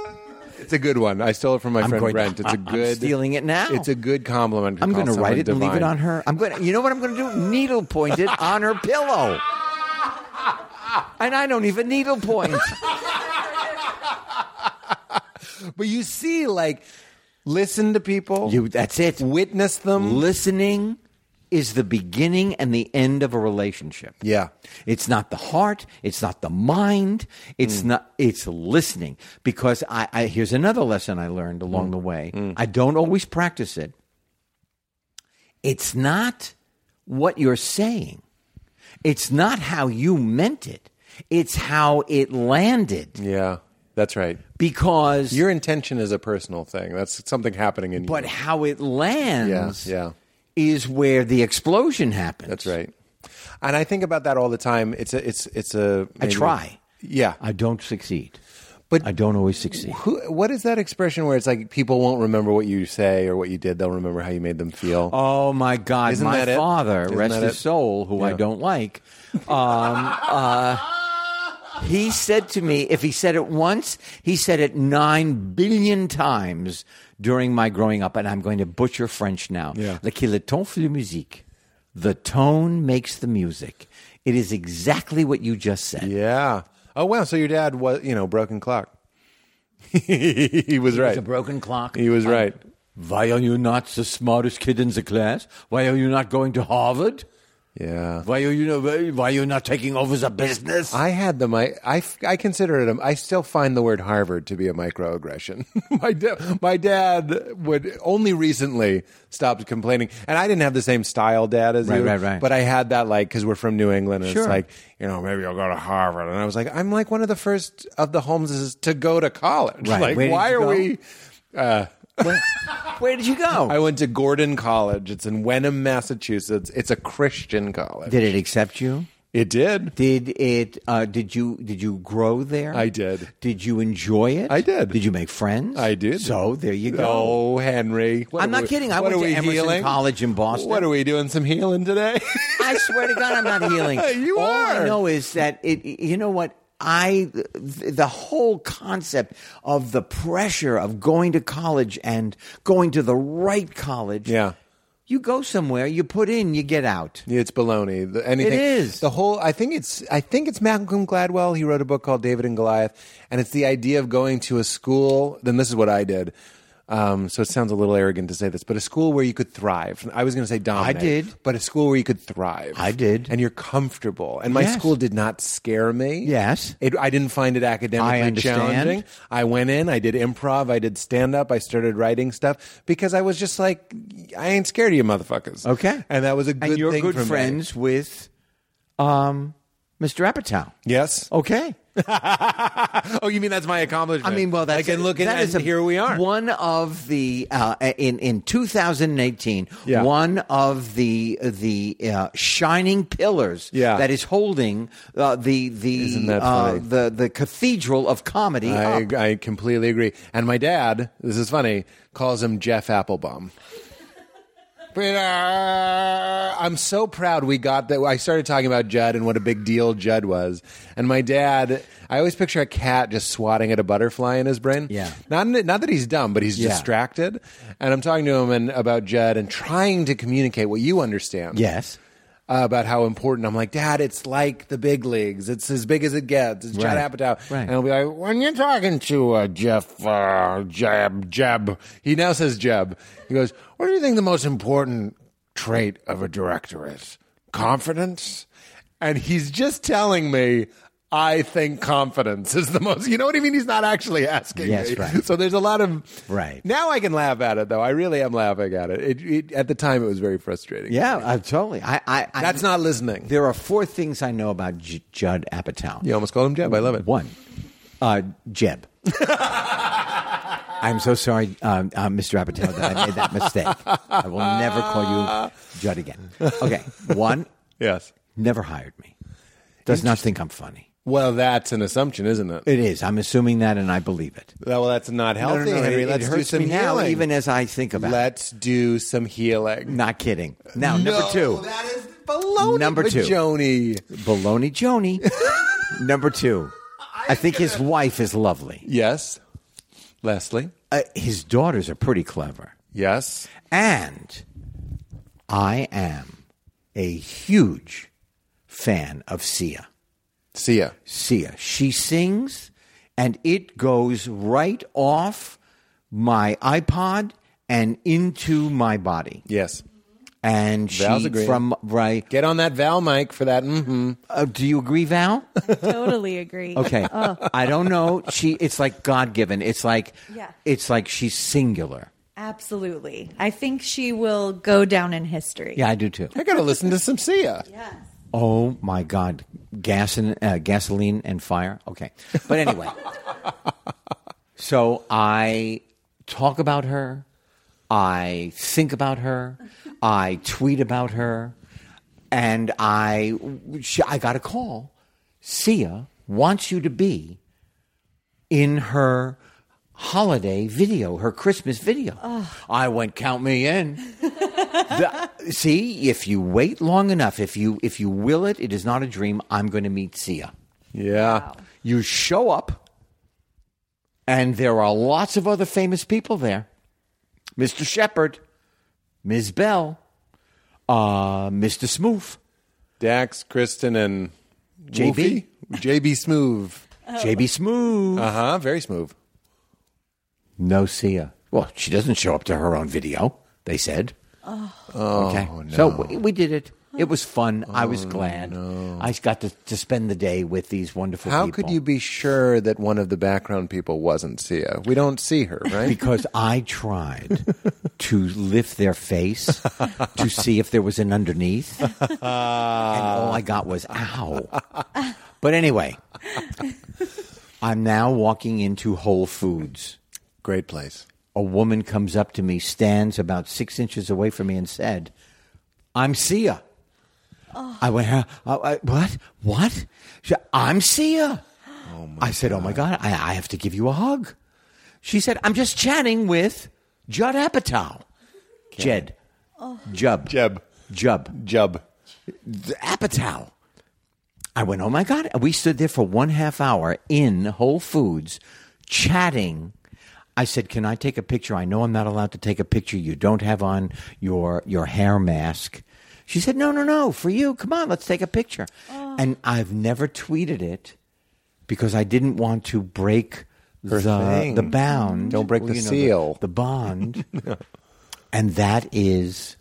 It's a good one. I stole it from my I'm friend going to- Brent. It's a I'm good stealing it now. It's a good compliment. to I'm call going to someone write it and leave it divine. on her. I'm going. to You know what I'm going to do? Needle point it on her pillow. And I don't even needle point. But you see, like, listen to people. You. That's it. witness them. Listening is the beginning and the end of a relationship. Yeah. It's not the heart. It's not the mind. Mm. It's not. It's listening. Because I, I here's another lesson I learned Mm. along the way. I don't always practice it. It's not what you're saying. It's not how you meant it. It's how it landed. yeah, that's right. Because Your intention is a personal thing. That's something happening in but you. how it lands Yeah, yeah. is where the explosion happens. That's right. And I think about that all the time. It's a. It's it's a. I try. Yeah. I don't succeed. But- I don't always succeed. Who, what is that expression where it's like people won't remember what you say or what you did? They'll remember how you made them feel. Oh my God! Isn't my that it? father, Isn't rest that his it? soul, who I Yeah. don't like, um, uh, He said to me, if he said it once, he said it nine billion times during my growing up, and I'm going to butcher French now. Yeah. Le qui le ton fait la musique. The tone makes the music. It is exactly what you just said. Yeah. Oh wow. So your dad was, you know, broken clock. he was right. It's a broken clock. He was Um, right. Why are you not the smartest kid in the class? Why are you not going to Harvard? Yeah. Why are you not, why are you not taking over the business? I had the mi- I f- I consider it. A, I still find the word Harvard to be a microaggression. my da- my dad would only recently stopped complaining, and I didn't have the same style dad as Right, you. right, right. But I had that like because we're from New England, and Sure. it's like you know maybe I'll go to Harvard, and I was like I'm like one of the first of the Holmeses to go to college. Right. Like Where did why you are go? we? Where, where did you go? I went to Gordon College. It's in Wenham, Massachusetts. It's a Christian college. did it accept you? It did. Did it? Uh, did you? Did you grow there? I did. Did you enjoy it? I did. Did you make friends? I did. So there you go. Oh, Henry. What I'm are not we- kidding. I what went are to we Emerson healing? College in Boston. What are we doing? Some healing today? I swear to God, I'm not healing. You All I are. know is that it. You know what? I th- the whole concept of the pressure of going to college and going to the right college. Yeah. You go somewhere, you put in, you get out. it's baloney. The, anything. It is. the whole. I think it's. I think it's Malcolm Gladwell. He wrote a book called David and Goliath, and it's the idea of going to a school. Then this is what I did. Um, so it sounds a little arrogant to say this, but a school where you could thrive. I was going to say dominate. did. but a school where you could thrive. I did. and you're comfortable. And my Yes. school did not scare me. Yes. it, I didn't find it I academically understand. challenging. I went in, I did improv, I did stand up, I started writing stuff because I was just like, I ain't scared of you motherfuckers. Okay. And that was a good And you're thing good for me. friends with um, Mr. Apatow. Yes. Okay. Oh, you mean that's my accomplishment? I mean, well, that's like, and look, at- that and is a- here we are. One of the uh, in in 2018, Yeah. one of the the uh, shining pillars Yeah. that is holding uh, the Isn't the that uh, funny? the the cathedral of comedy. I, up. I completely agree. And my dad, this is funny, calls him Jeff Applebaum. Peter, I'm so proud we got that. I started talking about Judd and what a big deal Judd was. And my dad, I always picture a cat just swatting at a butterfly in his brain. Yeah. Not, not that he's dumb, but he's Yeah. distracted. And I'm talking to him and, about Judd and trying to communicate what you understand Yes. uh, about how important. I'm like, Dad, it's like the big leagues. It's as big as it gets. It's Judd Right. Apatow. Right. And I'll be like, when you're talking to uh, Jeff uh, Jeb, Jeb, he now says Jeb. He goes, what do you think the most important trait of a director is? Confidence? And he's just telling me. I think confidence is the most. You know what I mean? He's not actually asking Yes, me. right. So there's a lot of Right. now. I can laugh at it though. I really am laughing at it. it, it at the time, it was very frustrating. Yeah, I, totally. I, I, I That's not listening. There are four things I know about J- Judd Apatow. You almost called him Jeb. I love it. One, uh, Jeb. I'm so sorry, um, uh, Mr. Apatow, that I made that mistake. I will never call you Judd again. Okay. One, Yes. never hired me. Does not think I'm funny. Well, that's an assumption, isn't it? It is. I'm assuming that, and I believe it. well, that's not healthy, No, no, no, Henry. it- it Let's do hurts some me now, healing. even as I think about it. Let's do some healing. Not kidding. Now, number No, two. That is baloney. Number two. Joni. Baloney Joni. number two. I think his wife is lovely. Yes. Leslie. Uh, his daughters are pretty clever. Yes. And I am a huge fan of Sia. Sia. Sia. She sings and it goes right off my iPod and into my body. Yes. And Val's she agreeing. from right. Get on that Val mic for that. Mm-hmm. Uh, do you agree, Val? Totally agree. Okay. Oh. I don't know. She. It's like God given. It's like. Yeah. It's like she's singular. Absolutely. I think she will go down in history. Yeah, I do too. I gotta listen to some Sia. Yes. Oh my God, gas and uh, gasoline and fire. Okay, but anyway, so I talk about her. I think about her. I tweet about her, and I she, I got a call. Sia wants you to be in her holiday video, her Christmas video. I went, count me in. The- see, if you wait long enough, if you if you will it, it is not a dream. I'm going to meet Sia. Yeah. You show up, and there are lots of other famous people there Mr. Shepard, Ms. Bell, uh, Mr. Smoof, Dax, Kristen, and JB? Wolfie? JB Smooth. JB Smooth. Uh huh. Very smooth. No Sia. Well, she doesn't show up to her own video, they said. Oh, okay. So we, we did it. It was fun. I was Oh, glad. I got to, to spend the day with these wonderful How people. could you be sure that one of the background people wasn't Sia? We don't see her, right? Because I tried to lift their face to see if there was an underneath. and all I got was, ow. But anyway, I'm now walking into Whole Foods. Great place. a woman comes up to me, stands about six inches away from me, and said, "I'm Sia." I went, huh? I- I- "What? What? She, I'm Sia." I said, "Oh my god, I, I have to give you a hug." She said, "I'm just chatting with Judd Apatow, Jed, Oh. Jub, Jeb. Jub, Jub. Apatow." I went, "Oh my god!" We stood there for one half hour in Whole Foods, chatting. I said, "Can I take a picture? I know I'm not allowed to take a picture. You don't have on your your hair mask." She said, "No, no, no, for you. Come on, let's take a picture." And I've never tweeted it because I didn't want to break the thing. the bound. Don't break the you know, seal. the bond. and that is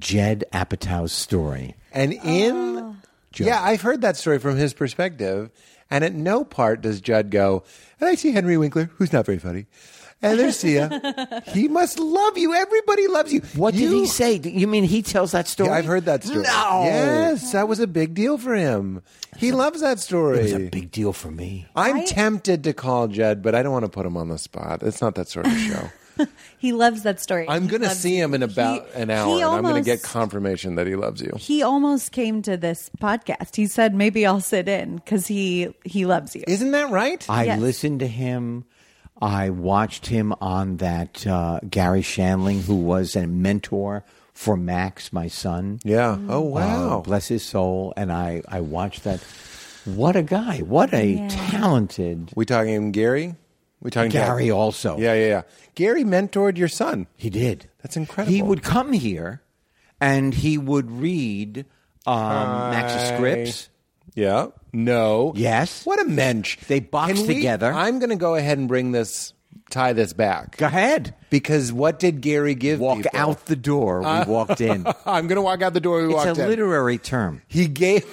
Jed Apatow's story. And in. Oh. Yeah, I've heard that story from his perspective. And at no part does Judd go, and I see Henry Winkler, who's not very funny. And there's Sia. he must love you. Everybody loves you. What did You- he say? Do You mean he tells that story? Yeah, I've heard that story. No. Yes, that was a big deal for him. He loves that story. It was a big deal for me. I'm tempted to call Jed, but I don't want to put him on the spot. It's not that sort of show. He loves that story. I'm He going to loves see you. him in about He- an he hour, and I'm going to almost- get confirmation that he loves you. He almost came to this podcast. He said, "Maybe I'll sit in because he he loves you." Isn't that right? I Yes. listened to him. I watched him on that uh, Gary Shandling, who was a mentor for Max, my son. yeah. Oh, Uh, Mm. wow. bless his soul. And I, I watched that. What a guy. What a talented we talking Gary? We talking Gary also. Yeah, yeah, yeah. Gary mentored your son. He did. That's incredible. He would come here and he would read um, Max's scripts. Yeah. No. Yes. What a mensch. They boxed Can we- together. I'm going to go ahead and bring this, tie this back. Go ahead. Because what did Gary give Walk people? out the door. We Uh, walked in. I'm going to walk out the door. We it's walked a in. literary term. He gave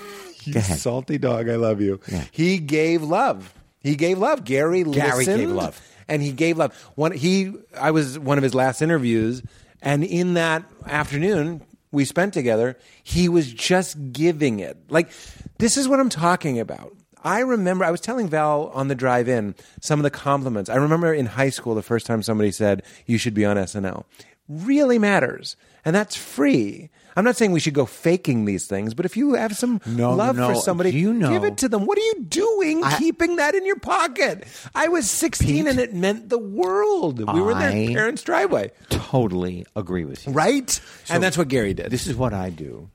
you ahead. salty dog. I love you. He gave love. He gave love. Gary. Gary gave listened, love. and he gave love. One he. I was one of his last interviews, and in that afternoon we spent together, he was just giving it. Like this is what I'm talking about. I remember I was telling Val on the drive in some of the compliments. I remember in high school the first time somebody said you should be on SNL. Really matters. And that's free. I'm not saying we should go faking these things, but if you have some No, love no, for somebody, you know- give it to them. What are you doing I- keeping that in your pocket? I was 16 Pete? and it meant the world. We were their I- parents' driveway, Totally agree with you. right? and that's what Gary did. This is what I do.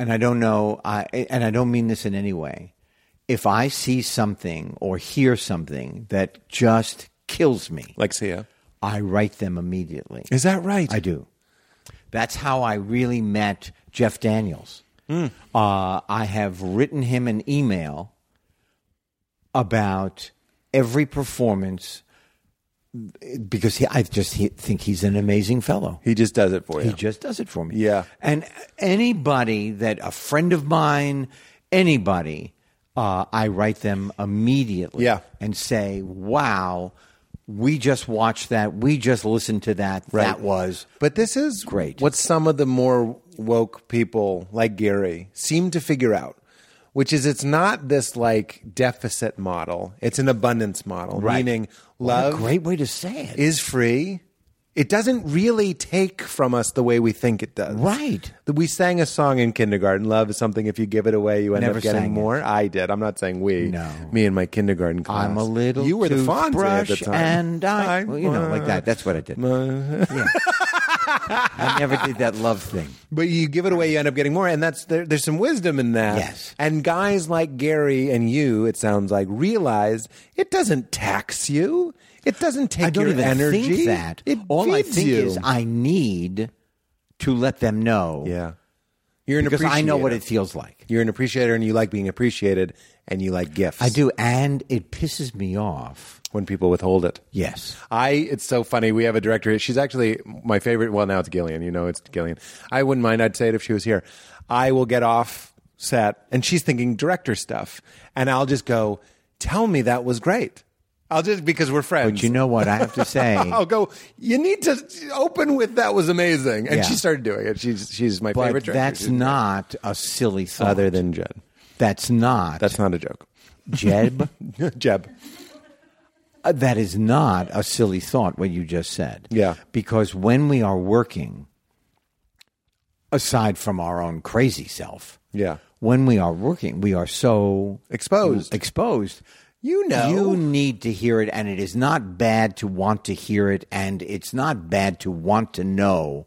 And I don't know, I, and I don't mean this in any way. If I see something or hear something that just kills me, like Sia. I write them immediately. Is that right? I do. That's how I really met Jeff Daniels. Uh, I have written him an email about every performance because he, I just he, think he's an amazing fellow. He just does it for you. He just does it for me. Yeah. And anybody that a friend of mine, anybody, uh, I write them immediately. Yeah. And say, wow, we just watched that. We just listened to that. That was. But this is Great. What some of the more woke people like Gary seem to figure out, which is it's not this like deficit model; it's an abundance model, Right. meaning a love great way to say it. is free. It doesn't really take from us the way we think it does. Right. We sang a song in kindergarten. Love is something if you give it away, you end Never up getting sang more. I did. I'm not saying we. No. Me and my kindergarten class. I'm a little You were the Fonzie at toothbrush the time. and I, well, you know, like that. That's what I did. Yeah. I never did that love thing. But you give it away, you end up getting more, and that's there, there's some wisdom in that. Yes. And guys like Gary and you, it sounds like, realize it doesn't tax you. It doesn't take I don't your even energy. think that. It All I feeds think you. is I need to let them know yeah. You're an because I know what it appreciator. feels like. You're an appreciator, and you like being appreciated, and you like gifts. I do, and it pisses me off. when people withhold it. Yes. I it's so funny. We have a director. She's actually my favorite. Well, now it's Gillian. You know, it's Gillian. I wouldn't mind. I'd say it if she was here. I will get off set, and she's thinking director stuff, and I'll just go. Tell me that was great. I'll just because we're friends. But you know what? I have to say, I'll go. You need to open with that was amazing, and Yeah. she started doing it. She's she's my but favorite director. that's She's- not a silly thought. other than Jed. that's not That's not a joke. Jeb. Jeb. Uh, that is not a silly thought what you just said Yeah. because when we are working aside from our own crazy self Yeah. when we are working we are so Exposed. exposed You know. you need to hear it and it is not bad to want to hear it and it's not bad to want to know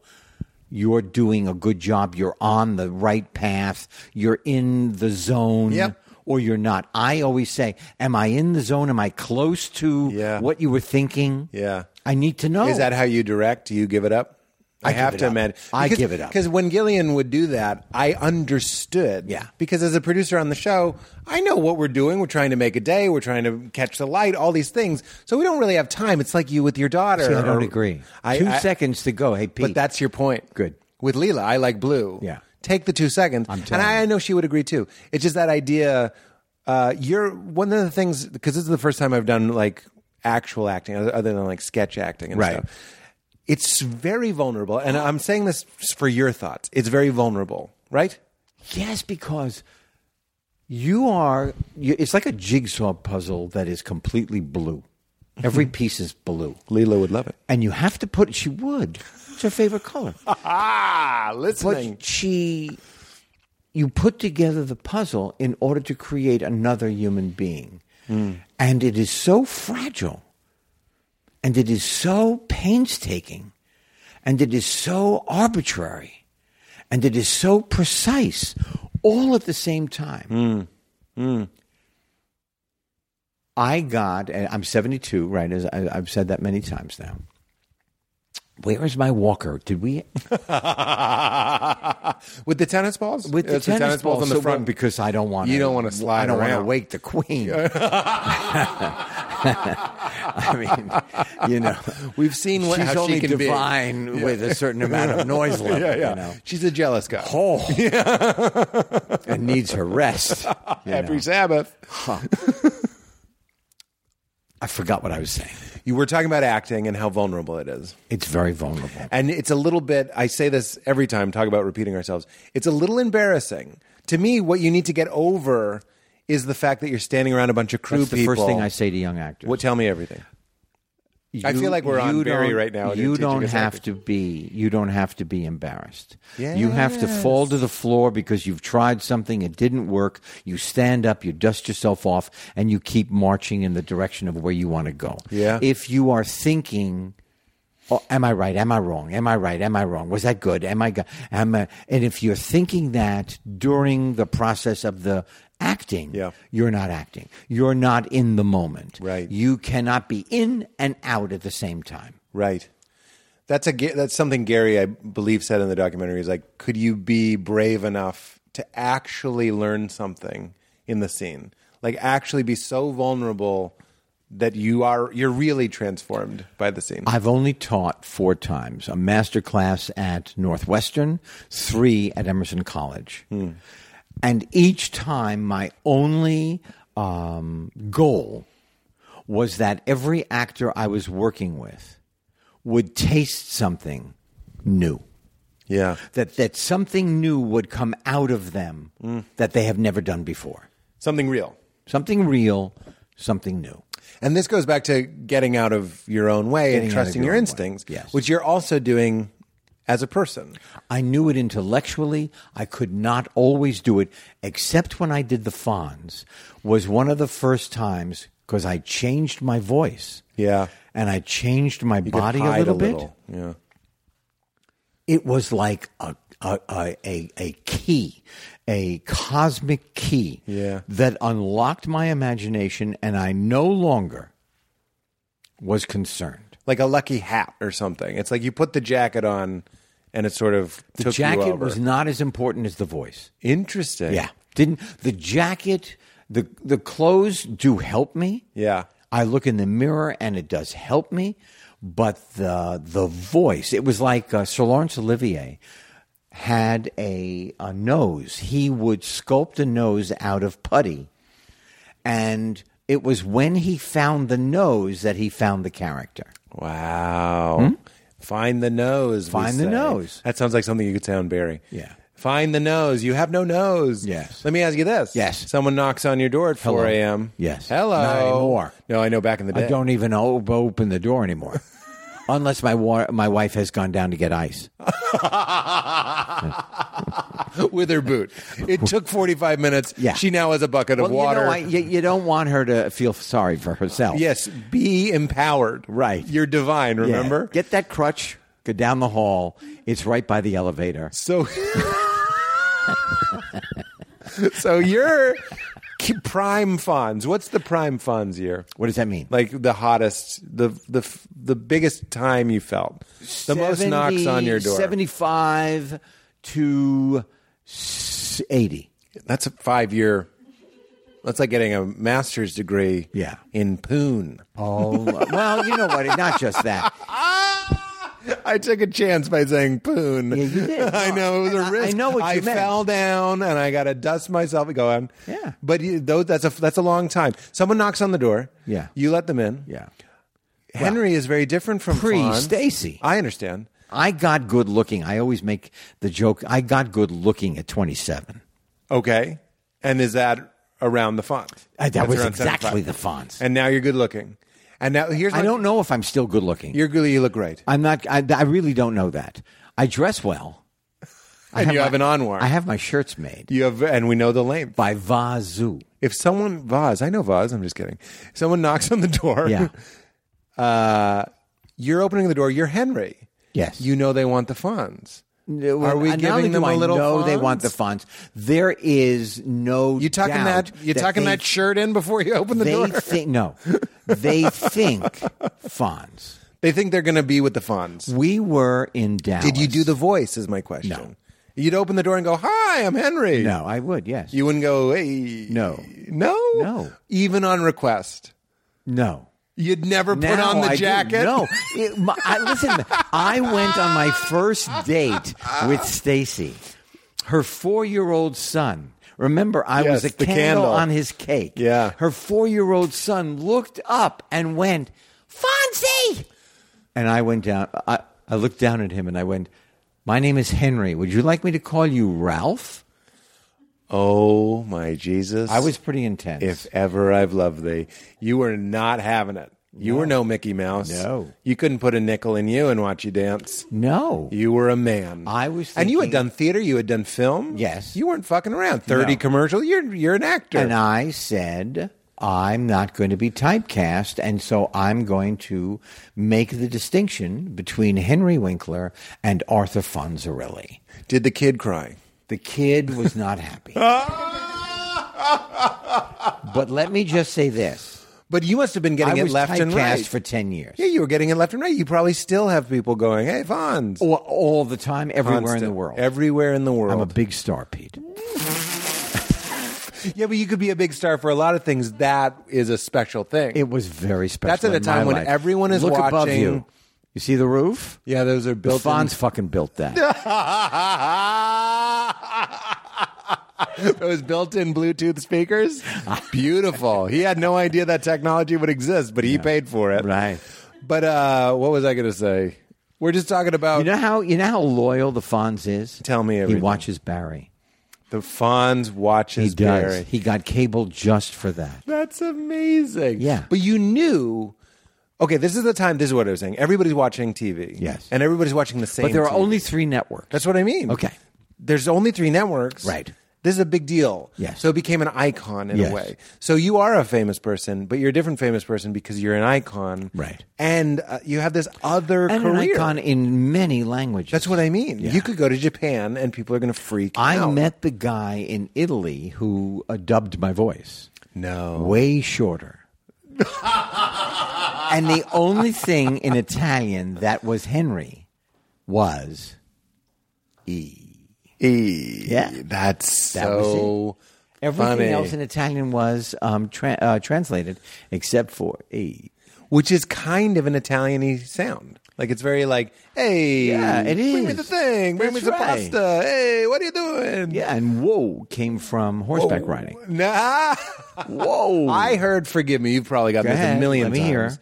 you're doing a good job you're on the right path you're in the zone Yep. or you're not i always say am i in the zone am i close to Yeah. what you were thinking Yeah. i need to know Is that how you direct? Do you give it up? I, give have it to up. imagine. I give it up. Because when Gillian would do that, I understood. Yeah. Because as a producer on the show, I know what we're doing. We're trying to make a day. We're trying to catch the light. All these things. So we don't really have time. It's like you with your daughter. See, i or- don't agree I- two I- seconds to go hey pete But that's your point. Good. With Leela, I like blue. Yeah. Take the two seconds. I'm and telling I, you. I know she would agree too. It's just that idea. Uh, you're one of the things because this is the first time I've done like actual acting, other other than like sketch acting and Right. stuff. It's very vulnerable, and I'm saying this for your thoughts. It's very vulnerable, right? Yes, because you are. You, it's like a jigsaw puzzle that is completely blue. Every piece is blue, Leela would love it. and you have to put. She would. It's her favorite color, Ah, listening. but she. You put together the puzzle in order to create another human being, and it is so fragile, and it is so painstaking, and it is so arbitrary, and it is so precise, all at the same time. I got, and I'm 72, right? As I, I've said that many times now. Where is my walker? Did we with the tennis balls, with the It's tennis, balls, on the so front what- because I don't want You to, don't wanna slide I don't want around. to wake the queen. I mean, you know, We've seen what, she's how only she can be. divine with a certain amount of noise level. Yeah, yeah. You know, She's a jealous guy. oh, and needs her rest. you Every know. Sabbath. I forgot what I was saying. You were talking about acting and how vulnerable it is. It's very vulnerable. And it's a little bit, I say this every time, talk about repeating ourselves. It's a little embarrassing. To me, what you need to get over is the fact that you're standing around a bunch of crew That's the people. first thing I say to young actors. What, tell me everything. I feel like we're on you Barry don't- right now and you're You teaching don't us have everything. to be. You don't have to be embarrassed. You have to fall to the floor because you've tried something. It didn't work. You stand up. You dust yourself off, and you keep marching in the direction of where you want to go. Yeah. If you are thinking. Oh, am I right? Am I wrong? Am I right? Am I wrong? Was that good? Am I go- am I, and if you're thinking that during the process of the acting, Yeah. you're not acting. You're not in the moment. Right. You cannot be in and out at the same time. Right. That's a Ga- that's something Gary I believe said in the documentary is like could you be brave enough to actually learn something in the scene? Like actually be so vulnerable that you are you're really transformed by the scene. I've only taught four times a master class at Northwestern, three at Emerson College. And each time, my only um, goal was that every actor I was working with would taste something new. yeah. That, that something new would come out of them that they have never done before. Something real. Something real, something new. And this goes back to getting out of your own way Getting out and of trusting your, your own way. instincts, Yes. which you're also doing as a person. I knew it intellectually. I could not always do it, except when I did the Fonz, was one of the first times because I changed my voice. Yeah. And I changed my You could body a hide little, a little. Yeah. it was like a a, a, a, a key, a cosmic key Yeah. that unlocked my imagination, and I no longer was concerned. like a lucky hat or something. It's like you put the jacket on, and it sort of The took you jacket over. was not as important as the voice. interesting. Yeah, didn't the jacket, the the clothes do help me. yeah. I look in the mirror and it does help me, but the the voice. It was like uh, Sir Laurence Olivier had a a nose. He would sculpt a nose out of putty, and it was when he found the nose that he found the character. Wow. Find the nose. we Hmm? Find the say. nose. That sounds like something you could sound Barry. Yeah. Find the nose. You have no nose. Yes. Let me ask you this. Yes. Someone knocks on your door at Hello. 4 a.m. Yes. Hello. Not anymore. No, I know back in the day. I don't even o- open the door anymore. Unless my wa- my wife has gone down to get ice. With her boot. It took 45 minutes. Yeah. She now has a bucket of Well, water. You, know, I, you, you don't want her to feel sorry for herself. yes. Be empowered. Right. You're divine, Yeah. remember? Get that crutch, go down the hall. It's right by the elevator. So, so you're ki- prime funds. What's the prime funds year? What does that mean? Like the hottest, the the f- the biggest time you felt, the most 70 knocks on your door. 75 to s- 80. That's a five year. That's like getting a master's degree. Yeah. in poon. Oh, well, you know what? Not just that. I took a chance by saying poon. Yeah, you did. I know it was And I- a risk. I know what you meant. fell down and I got to dust myself and go on. Yeah. But you, though that's a that's a long time. Someone knocks on the door. Yeah. You let them in. Yeah. Henry is very different from Pre Fonz. Stacy. I understand. I got good looking. I always make the joke I got good looking at 27. Okay. And is that around the font? Uh, that That's was around 75. exactly the fonts. And now you're good looking. And now here's I my- don't know if I'm still good looking. You're good. You look great. I'm not. I, I really don't know that. I dress well. I And you my- have an armoire. I have my shirts made You have, and we know the length. by Vazu. If someone Vaz, I know Vaz. I'm just kidding. Someone knocks on the door. Yeah. Uh, you're opening the door. You're Henry. Yes. Uh, You know they want the funds. Are we Not giving only them do a I little know they fonts? want the fonts. There is no. You tucking doubt that? You tucking they- that shirt in before you open the They door? think no. They think fonts. they think they're going to be with the funds. We were in Dallas. Did you do the voice? Is my question. No. You'd open the door and go, "Hi, I'm Henry." No, I would. Yes. You wouldn't go, "Hey." No. No. No. Even on request, no. you'd never put Now on the I do. jacket. No, It- my- I, listen. I went on my first date with Stacy, her four-year-old son. Remember, I was a Yes, the candle, candle. on his cake. Yeah. her four-year-old son looked up and went, "Fonzie," and I went down. I, I looked down at him and I went, "My name is Henry. Would you like me to call you Ralph?" Oh my Jesus! I was pretty intense. If ever I've loved thee, you were not having it. You were no Mickey Mouse. No. You couldn't put a nickel in you and watch you dance. no, You were a man. I was and you had thinking- done theater. You had done film. Yes. You weren't fucking around. Thirty No. commercial. You're you're an actor. And I said, I'm not going to be typecast. And so I'm going to make the distinction between Henry Winkler and Arthur Fonzarelli. Did the kid cry? The kid was not happy. but let me just say this But you must have been getting I it was left typecast and right for 10 years. Yeah, you were getting it left and right. You probably still have people going, "Hey, Fonz." All, all the time, everywhere in the Constant. world. Everywhere in the world. I'm a big star, Pete. yeah, but you could be a big star for a lot of things. That is a special thing. It was very special. That's at a in my time when life. everyone is Look above watching. you. You see the roof? yeah, those are Bill built. in- Fonz fucking built that. Those built-in Bluetooth speakers, beautiful. He had no idea that technology would exist, but he paid for it. Right. But uh, what was I going to say? We're just talking about You know how you know how loyal the Fonz is. Tell me he everything. watches Barry. the Fonz He watches does. Barry. He got cable just for that. That's amazing. Yeah. But you knew. Okay, this is the time. This is what I was saying. Everybody's watching TV. Yes. And everybody's watching the same. But there are TV. only three networks. That's what I mean. Okay. There's only three networks. Right. This is a big deal. Yes. So it became an icon in Yes. a way. So you are a famous person, but you're a different famous person because you're an icon. Right. And uh, you have this other and an career. icon in many languages. That's what I mean. You could go to Japan and people are going to freak I out. met the guy in Italy who uh, dubbed my voice. No. Way shorter. and the only thing in Italian that was Henry was E. Yeah. That's That was so everything funny. else in Italian was um, tra- uh, translated except for E. which is kind of an Italian-y sound. Like it's very like, hey, Yeah, it Bring me is. the thing. Bring That's me the right. pasta. Hey, what are you doing? Yeah, and whoa came from horseback riding. Nah. Whoa. I heard. Forgive me. You've probably got Go this ahead, a million let me times. hear.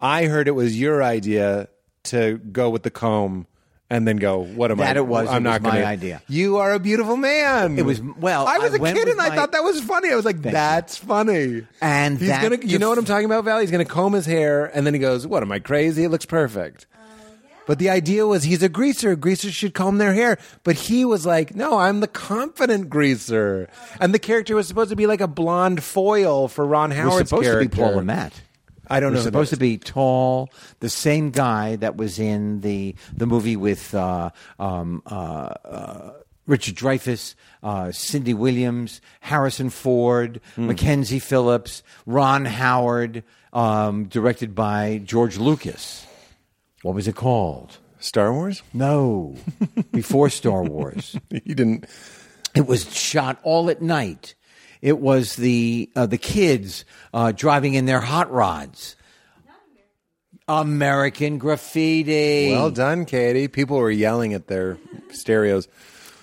I heard it was your idea to go with the comb and then go. What am I? That it was. I'm It not was my gonna- idea. You are a beautiful man. It was- well, I was I a went kid with and I my- thought that was funny. I was like, Thank you. that's funny. And he's that gonna. You know def- what I'm talking about, Val? He's gonna comb his hair and then he goes, "What am I crazy? It looks perfect." But the idea was he's a greaser. Greasers should comb their hair. But he was like, no, I'm the confident greaser. And the character was supposed to be like a blonde foil for Ron It was Howard's supposed to be character. Paul Lamette. I don't It know was who that supposed to is. be tall, the same guy that was in the the movie with uh, um, uh, uh, Richard Dreyfuss, uh, Cindy Williams, Harrison Ford, Hmm. Mackenzie Phillips, Ron Howard, um, directed by George Lucas. What was it called? Star Wars? No, before Star Wars. He didn't. It was shot all at night. It was the uh, the kids uh, driving in their hot rods. American graffiti. Well done, Katie. People were yelling at their stereos.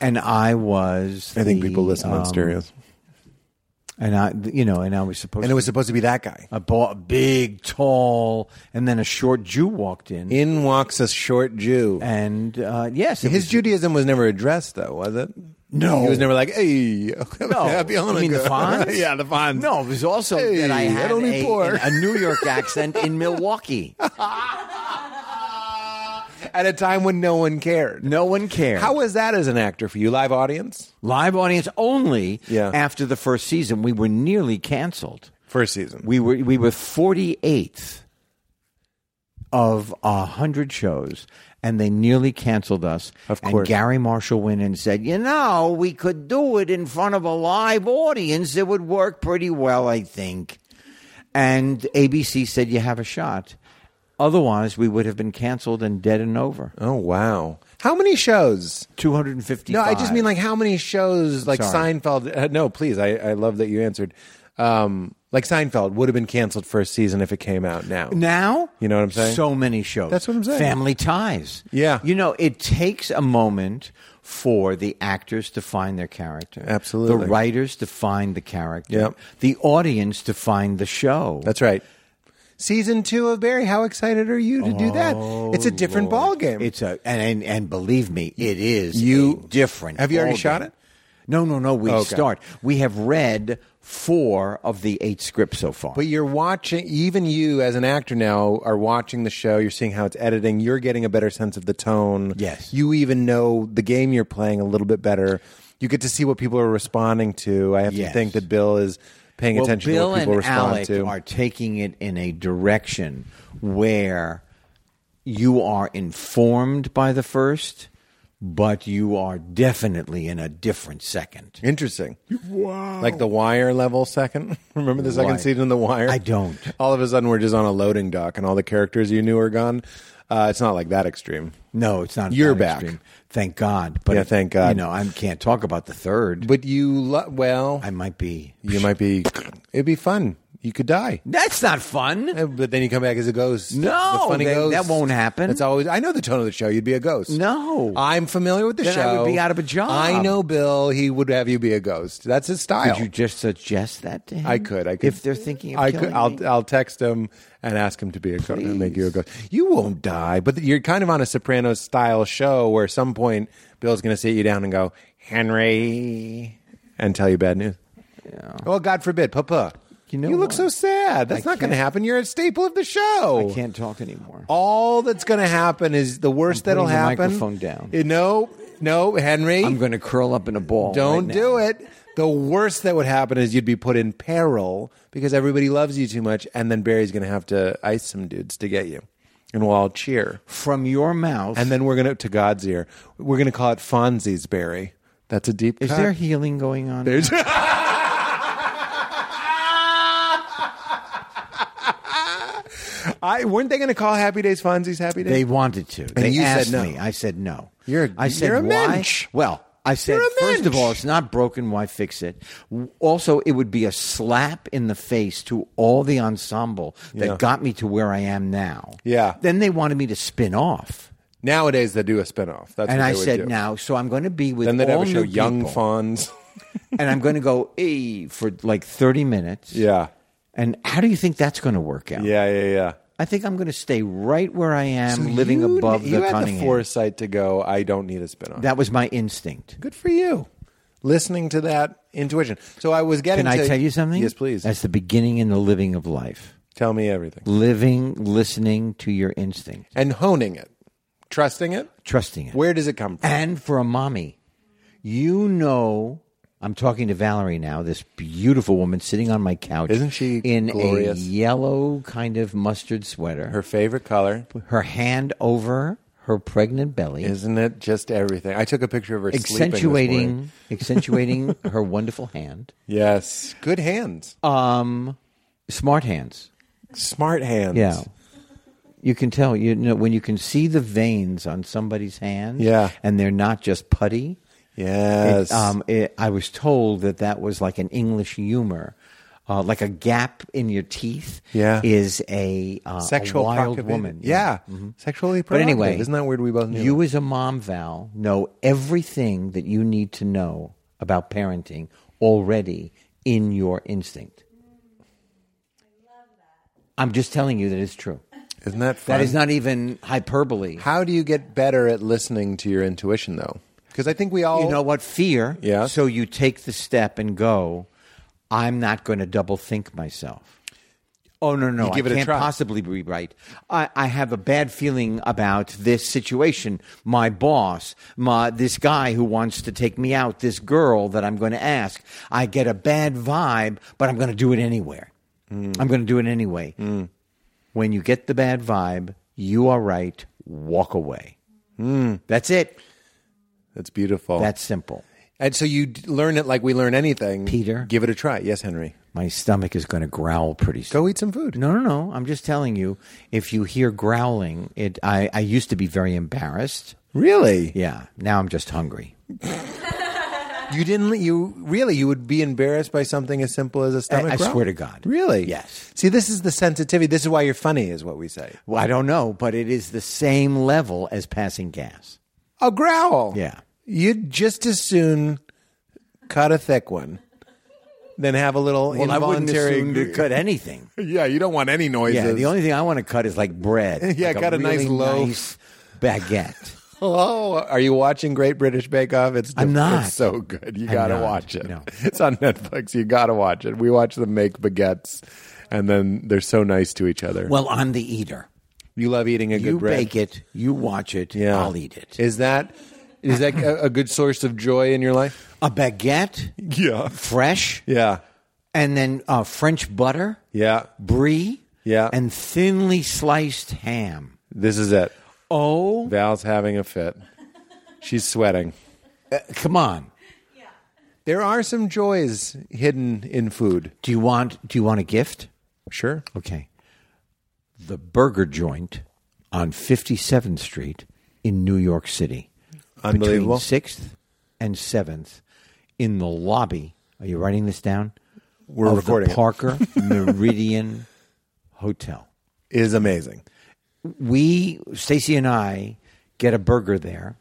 and I was. I think the, people listen on um, stereos. And I, you know, and I was supposed. And it was supposed to be that guy. I bought a big, tall, and then a short Jew walked in, In walks a short Jew. and uh, yes, it His was- Judaism was never addressed, though, was it? No. he was never like, "Hey, happy You Hanukkah." mean the Fonz? yeah, the Fonz. No, it was also Hey, that I I had don't a, eat pork. a New York accent in Milwaukee. at a time when no one cared. No one cared. How was that as an actor for you, live audience? live audience only Yeah. after the first season we were nearly canceled First season. we were we were 48th of a 100 shows and they nearly canceled us Of and course. gary marshall went and said you know we could do it in front of a live audience it would work pretty well i think and abc said you have a shot otherwise we would have been canceled and dead and over oh wow! How many shows? 250 No, I just mean like how many shows like Sorry. Seinfeld. Uh, no, please, I, I love that you answered. Um, like Seinfeld would have been canceled first season if it came out now. Now, You know what I'm saying? So many shows. That's what I'm saying. Family ties. Yeah. You know, it takes a moment for the actors to find their character. Absolutely. The writers to find the character. Yep. The audience to find the show. That's right. Season two of Barry. How excited are you to do that? It's a different ball game. Oh, It's a and, and and believe me, it is You- a different. Have you already ballgame. shot it? No, no, no. We Okay. start. We have read four of the eight scripts so far. But you're watching, even you as an actor now are watching the show. You're seeing how it's editing. You're getting a better sense of the tone. Yes. You even know the game you're playing a little bit better. You get to see what people are responding to. I have Yes. to think that Bill is paying well, attention Bill to what people and respond Alec to. are taking it in a direction where you are informed by the first, but you are definitely in a different second. Interesting. Wow. Like the Wire level second. Remember the second Wire. season of the Wire? I don't. All of a sudden, we're just on a loading dock, and all the characters you knew are gone. Uh, it's not like that extreme. No, it's not. You're that back. extreme. Thank God. But Yeah, thank God. You know, I can't talk about the third. But you, lo- well, I might be. you might be. It'd be fun. You could die. That's not fun. Uh, But then you come back as a ghost. No, the funny that- ghost. that won't happen. That's always. I know the tone of the show. You'd be a ghost. No. I'm familiar with the Then show. I would be out of a job. I know Bill. He would have you be a ghost. That's his style. Could you just suggest that to him? I could. I could. If they're thinking of I killing could. I'll. me? I'll text him and ask him to be a ghost and make you a ghost. You won't die, but you're kind of on a Sopranos style show where at some point Bill's going to sit you down and go Henry and tell you bad news. Yeah. Oh, God forbid, Papa. You know you look what? so sad. That's I not going to can't- happen. You're a staple of the show. I can't talk anymore. All that's going to happen is the worst I'm that'll putting the happen. microphone down. You know, No, Henry. I'm going to curl up in a ball. Don't right now. do it. The worst that would happen is you'd be put in peril because everybody loves you too much, and then Barry's going to have to ice some dudes to get you, and we'll all cheer. from your mouth. And then we're going to to God's ear. We're going to call it Fonzie's Barry. That's a deep. is cut. there healing going on? There's- I weren't they going to call Happy Days Fonzie's Happy Days? They wanted to. they you said asked no. me. I said no. You're- I said you're a why? mensch. Well, I said You're a first of mensch. all, it's not broken. Why fix it? W- Also, it would be a slap in the face to all the ensemble that Yeah. got me to where I am now. Yeah. Then they wanted me to spin off, Nowadays they do a spinoff. That's and what I they would said do. now. So I'm going to be with Then they'd all have a show new Young people, Fonz. and I'm going to go e for like 30 minutes. Yeah, And how do you think that's going to work out? yeah, yeah, yeah. I think I'm going to stay right where I am, living you, above you the had Cunningham. the foresight to go. I don't need a spinoff. That was my instinct. Good for you. Listening to that intuition. So I was getting. Can I to- tell you something? Yes, please. That's the beginning and the living of life. Tell me everything. Living, listening to your instinct, And honing it, trusting it. trusting it. Where does it come from? and for a mommy, you know, I'm talking to Valerie now, this beautiful woman sitting on my couch. Isn't she in glorious? a yellow kind of mustard sweater? Her favorite color. her hand over her pregnant belly. Isn't it just everything? I took a picture of her sleeping this morning. accentuating accentuating her wonderful hand Yes, good hands, um smart hands smart hands. yeah you can tell you know when you can see the veins on somebody's hand Yeah. and they're not just putty it, yes. um it, i was told that that was like an english humor uh, like a gap in your teeth Yeah. is a uh, a Sexual wild provocative- woman Mm-hmm. Yeah, sexually. But anyway, provocative. isn't that weird? We both knew you that? as a mom, Val, know everything that you need to know about parenting already in your instinct. I'm just telling you that it's true. Isn't that fun? That is not even hyperbole. How do you get better at listening to your intuition, though? Because I think we all You know what? Fear. Yeah. So you take the step and go. I'm not going to double think myself. Oh no no! You give I it a can't try. possibly be right. I, I have a bad feeling about this situation. My boss, my this guy who wants to take me out, this girl that I'm going to ask. I get a bad vibe, but I'm going to do it anywhere. I'm going to do it anyway. When you get the bad vibe, you are right. Walk away. That's it. That's beautiful. That's simple. and so you d- learn it like we learn anything. Peter. give it a try. Yes, Henry. my stomach is going to growl pretty soon. Go eat some food. No, no, no. I'm just telling you. If you hear growling, it. I, I used to be very embarrassed. Really? Yeah. Now I'm just hungry. You didn't. You really? You would be embarrassed by something as simple as a stomach. I growl? swear to God. Really? Yes. See, this is the sensitivity. This is why you're funny, is what we say. Well, I don't know, but it is the same level as passing gas. A growl. Yeah. You'd just as soon cut a thick one than have a little involuntary. to cut anything. yeah, you don't want any noises. Yeah. The only thing I want to cut is like bread. Yeah, Like cut a nice really loaf. nice baguette. Hello, Oh, are you watching Great British Bake Off? It's I'm not. It's so good. You I'm gotta not. watch it. No. It's on Netflix. You gotta watch it. We watch them make baguettes, and then they're so nice to each other. well, I'm the eater. you love eating a You good bread. bake it. You watch it. Yeah, I'll eat it. Is that is that a, a good source of joy in your life? A baguette, Yeah, fresh. yeah, and then uh, French butter, yeah. brie, Yeah. and thinly sliced ham. This is it. Oh, Val's having a fit. She's sweating. come on! There are some joys hidden in food. Do you want do you want a gift? Sure. Okay, the burger joint on Fifty Seventh Street in New York City, Unbelievable. between Sixth and Seventh, in the lobby. Are you writing this down? We're of recording the it. Parker Meridian Hotel. Is amazing. we Stacy and I get a burger there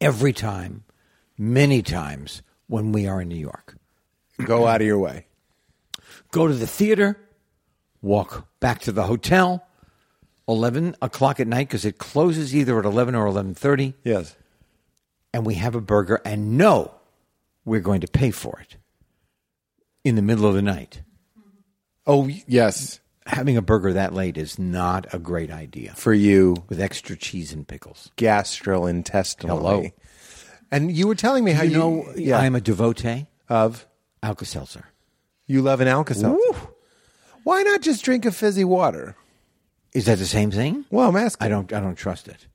every time, many times when we are in New York. Go out of your way. Go to the theater, walk back to the hotel, eleven o'clock at night because it closes either at eleven or eleven thirty, Yes. and we have a burger and no, we're going to pay for it in the middle of the night. Oh yes, Having a burger that late is not a great idea for you with extra cheese and pickles. gastrointestinally. Hello. And you were telling me how You you, know, yeah, I'm a devotee of Alka Seltzer. you love an Alka Seltzer. Why not just drink a fizzy water? Is that the same thing? Well, I'm asking. I don't. I don't trust it.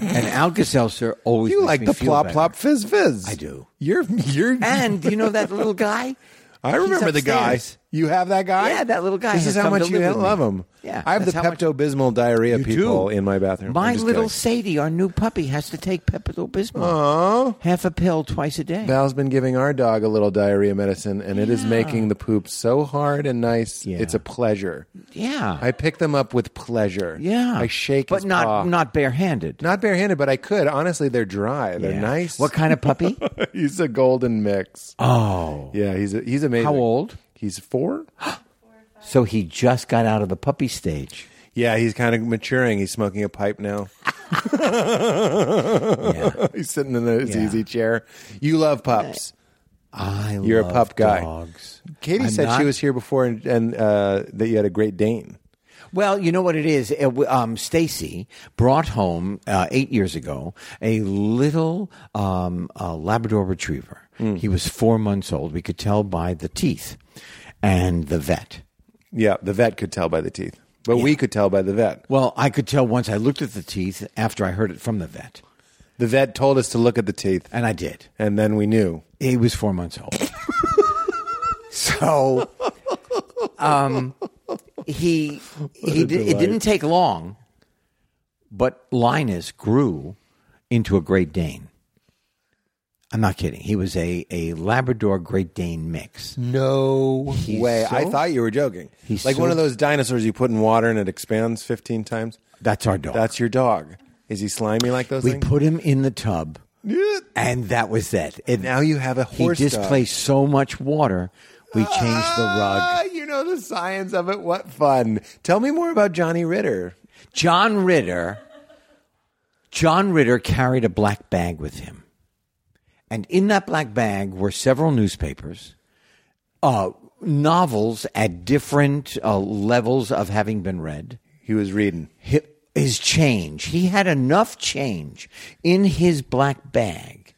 And Alka Seltzer always You makes like me the feel plop better. plop fizz fizz. I do. You're you're. And do you know that little guy? I remember the guy. guys. You have that guy. Yeah, that little guy This has is how come to much you live with me. love him. Yeah, I have the that's how much- Pepto Bismol diarrhea You do. people in my bathroom. I'm My just little kidding. Sadie, our new puppy, has to take Pepto Bismol, Oh. half a pill twice a day. Val's been giving our dog a little diarrhea medicine, and it is making the poop so hard and nice. Yeah. It's a pleasure. yeah, I pick them up with pleasure. yeah. I shake, but his not paw. not barehanded. not barehanded, but I could. Honestly, they're dry. They're Yeah. nice. What kind of puppy? he's a golden mix. oh, Yeah, he's he's amazing. How old? He's four. so he just got out of the puppy stage. Yeah, he's kind of maturing. He's smoking a pipe now. Yeah, He's sitting in his Yeah. easy chair. You love pups. I You're a love pup guy. Dogs. Katie I'm said not- she was here before and, and uh, that you had a Great Dane. Well, you know what it is. It w- Um, Stacy brought home uh, eight years ago a little um, uh, Labrador Retriever. He was four months old. We could tell by the teeth and the vet. Yeah, the vet could tell by the teeth, but we could tell by the vet. Well, I could tell once I looked at the teeth after I heard it from the vet, The vet told us to look at the teeth, and I did. and then we knew. He was four months old. so, um, he he di- it didn't take long, but Linus grew into a Great Dane. I'm not kidding. He was a a Labrador Great Dane mix. No way! so- I thought you were joking. He's like so- one of those dinosaurs you put in water and it expands fifteen times. That's our dog. That's your dog. Is he slimy like those? we things? put him in the tub, Yeah. and that was that. It, Now you have a he horse dog. displaced so much water. We changed the rug. Ah, you know the science of it. What fun! Tell me more about Johnny Ritter. John Ritter. John Ritter carried a black bag with him, and in that black bag were several newspapers, uh, novels at different uh, levels of having been read. He was reading. Hi- His change. He had enough change in his black bag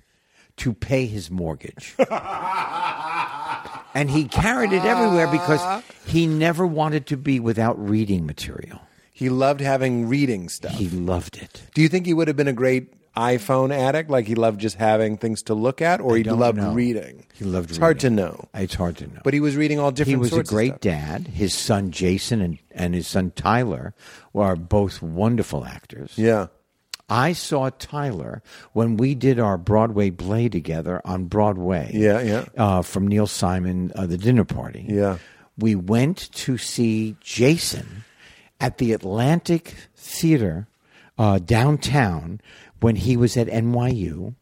to pay his mortgage. and he carried it everywhere because he never wanted to be without reading material. He loved having reading stuff. He loved it. Do you think he would have been a great iPhone addict? Like he loved just having things to look at, or he don't loved know. reading? He loved It's hard to reading. know, It's hard to know. but he was reading all different. he was a sorts of great stuff. dad. His son Jason and, and his son Tyler are both wonderful actors. Yeah. I saw Tyler when we did our Broadway play together on Broadway. Yeah, yeah. Uh, from Neil Simon, uh, the dinner party. Yeah. we went to see Jason at the Atlantic Theater uh, downtown when he was at NYU,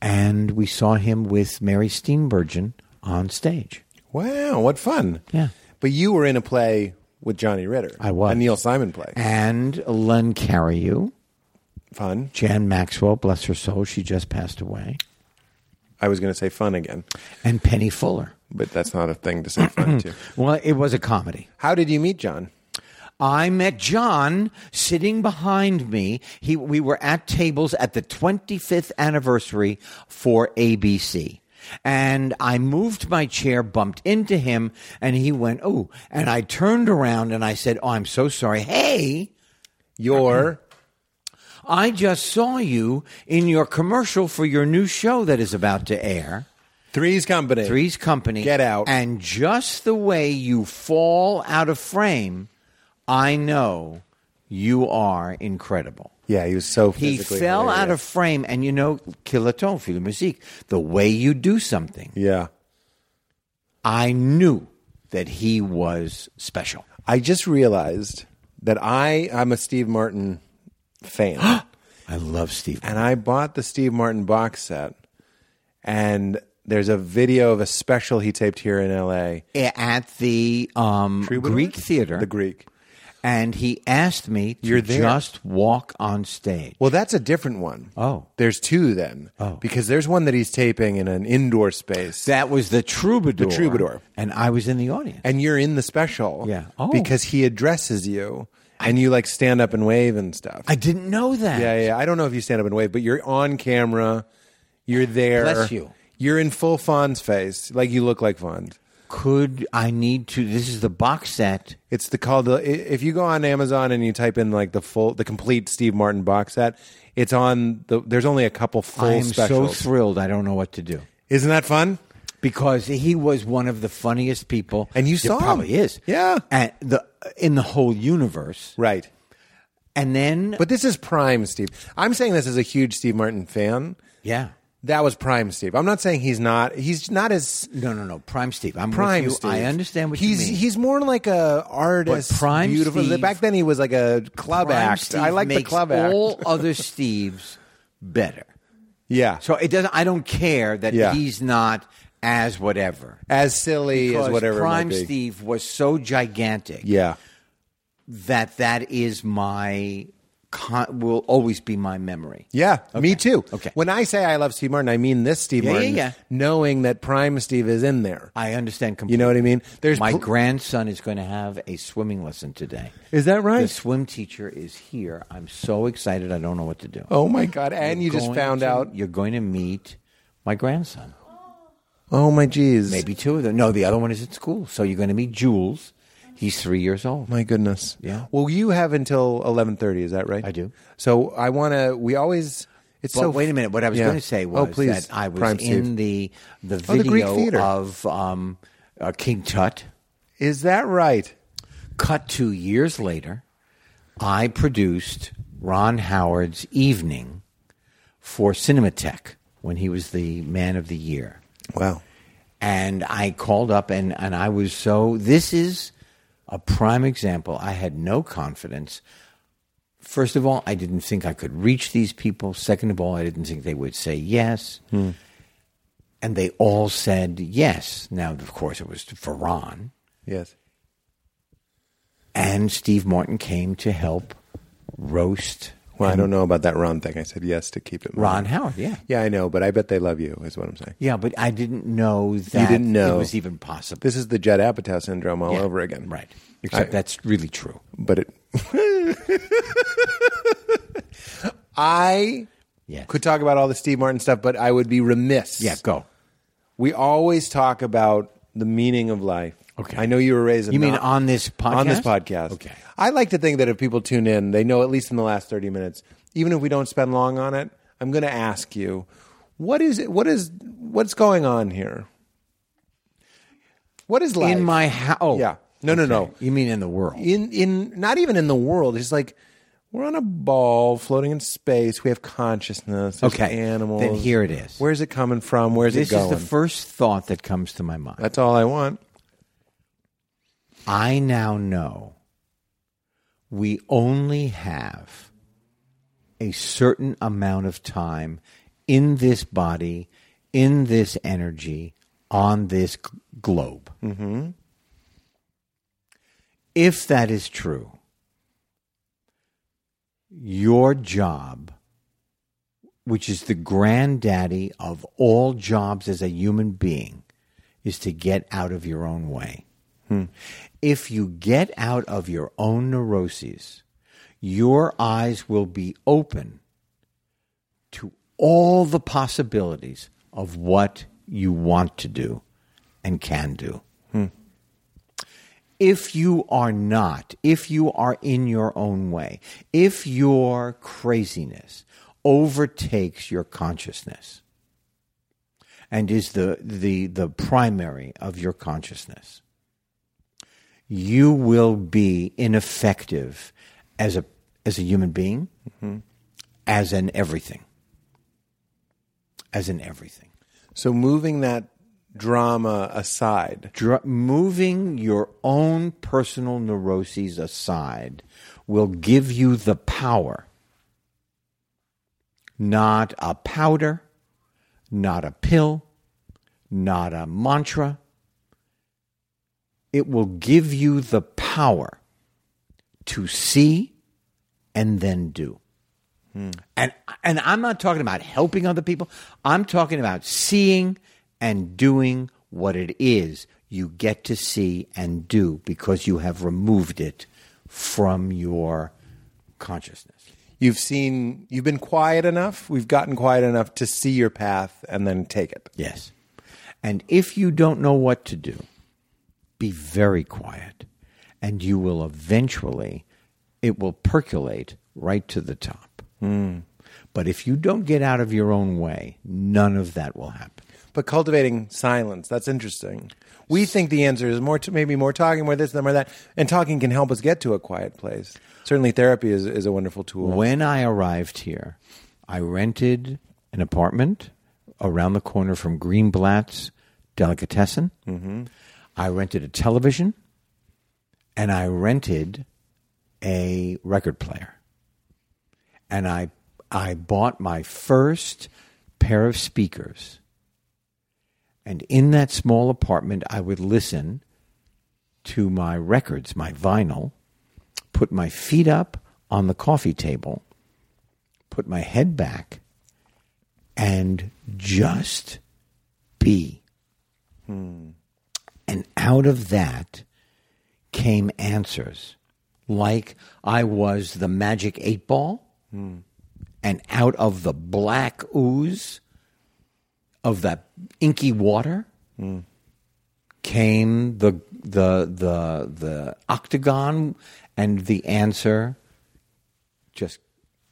and we saw him with Mary Steenburgen on stage. Wow, what fun! Yeah. But you were in a play with Johnny Ritter. I was. a Neil Simon play. And Len Carryu, Fun. Jan Maxwell, bless her soul, she just passed away, I was going to say fun again, and Penny Fuller. but that's not a thing to say fun to. Well, it was a comedy. How did you meet John? I met John sitting behind me. He, we were at tables at the 25th anniversary for ABC. And I moved my chair, bumped into him, and he went, Oh, and I turned around and I said, Oh, I'm so sorry. Hey, Your I just saw you in your commercial for your new show that is about to air. Three's Company. Three's Company. Get out. And just the way you fall out of frame, I know you are incredible. Yeah, he was so He physically fell out of hilarious. frame, and you know, kiloton, fil musique, the way you do something, Yeah. I knew that he was special. I just realized that I I'm a Steve Martin fan. I love Steve. and I bought the Steve Martin box set and there's a video of a special he taped here in LA. At the um, Tree Wood Greek Orchard? Theater, The Greek. and he asked me to You're there. just walk on stage. Well, that's a different one. Oh. There's two then. Oh. Because there's one that he's taping in an indoor space. That was the troubadour. The Troubadour. And I was in the audience. and you're in the special. Yeah. Oh. Because he addresses you and you like stand up and wave and stuff. I didn't know that. Yeah, yeah. I don't know if you stand up and wave, but you're on camera. You're there. Bless you. You're in full Fonz face. Like you look like Fonz. Could I need to? This is the box set. It's the called the i- if you go on Amazon and you type in like the full the complete Steve Martin box set, it's on the there's only a couple full I am specials. so thrilled. I don't know what to do Isn't that fun? because he was one of the funniest people, And you There saw him. probably is, Yeah. and the in the whole universe. Right. And then, But this is prime Steve. I'm saying this as a huge Steve Martin fan. yeah, That was prime Steve. I'm not saying he's not he's not as no, no, no, Prime Steve. I'm prime With you. Steve. I understand what he's you mean. he's more like a artist. But prime beautiful. Steve- Back then he was like a club Prime act. Steve I like the makes club act. All other Steves better. yeah. So it doesn't. I don't care that Yeah. he's not as whatever. as silly as Because whatever it might Prime be. Steve was so gigantic Yeah. that that is my con- will always be my memory. Yeah, me too. Okay. When I say I love Steve Martin, I mean this Steve Yeah, yeah, Martin, yeah. knowing that Prime Steve is in there. I understand You completely. know what I mean? There's my pl- grandson is going to have a swimming lesson today. Is that right? The swim teacher is here. I'm so excited. I don't know what to do. Oh my god! And you You're just going found to- out. you're going to meet my grandson. Oh my jeez! Maybe two of them. No, the other one is at school. So you're going to meet Jules. He's three years old. My goodness. Yeah. Well, you have until eleven thirty. Is that right? I do. So I want to. We always. It's But so. wait a minute. What I was Yeah. going to say was oh, please, that I was Prime in Steve. the the Oh, the Greek video theater. of um, uh, King Tut. Is that right? Cut to years later, I produced Ron Howard's Evening for Cinematech when he was the Man of the Year, Wow. and I called up and and I was so this is a prime example. I had no confidence. First of all, I didn't think I could reach these people. Second of all, I didn't think they would say yes and they all said yes. Now, of course, it was for Ron, Yes. and Steve Martin came to help roast Well, I don't know about that Ron thing. I said yes to keep it. moving. Ron Howard. Yeah, Yeah, I know, but I bet they love you. Is what I'm saying. yeah, but I didn't know that didn't know. it was even possible. This is the Judd Apatow syndrome all Yeah, over again. right? Except I- that's really true. but it I Yes. could talk about all the Steve Martin stuff, but I would be remiss. Yeah, go. We always talk about the meaning of life. Okay. I know you were raised. You mean on this On this podcast? podcast. Okay. I like to think that if people tune in, they know at least in the last thirty minutes, even if we don't spend long on it, I'm going to ask you, what is it? What is what's going on here? What is life In my house, Yeah. No, no, no. You mean in the world? in in not even in the world. It's like we're on a ball floating in space. We have consciousness. There's Okay. animals. Then here it is. Where's it coming from? Where's this it is going? the first thought that comes to my mind. That's all I want. I now know we only have a certain amount of time in this body, in this energy, on this g- globe. Mm-hmm. If that is true, your job, which is the granddaddy of all jobs as a human being, is to get out of your own way. Hmm. If you get out of your own neuroses, your eyes will be open to all the possibilities of what you want to do and can do. If you are not, if you are in your own way, if your craziness overtakes your consciousness and is the, the, the primary of your consciousness, you will be ineffective as a as a human being, as an everything, as an everything. So moving that drama aside, Dr- moving your own personal neuroses aside will give you the power, not a powder, not a pill, not a mantra. It will give you the power to see and then do. And and I'm not talking about helping other people. I'm talking about seeing and doing what it is you get to see and do because you have removed it from your consciousness. you You've seen, you've been quiet enough. We've gotten quiet enough to see your path and then take it. Yes. And if you don't know what to do, be very quiet, and you will eventually, it will percolate right to the top. But if you don't get out of your own way, none of that will happen. But cultivating silence, that's interesting. We think the answer is more, to maybe more talking, more this, then more that. And talking can help us get to a quiet place. Certainly, therapy is, is a wonderful tool. When I arrived here, I rented an apartment around the corner from Greenblatt's Delicatessen. I rented a television and I rented a record player. And I, I bought my first pair of speakers. And in that small apartment, I would listen to my records, my vinyl, put my feet up on the coffee table, put my head back, and just be. Hmm. And out of that came answers. Like I was the magic eight ball, hmm, and out of the black ooze of that inky water came the the the the octagon and the answer just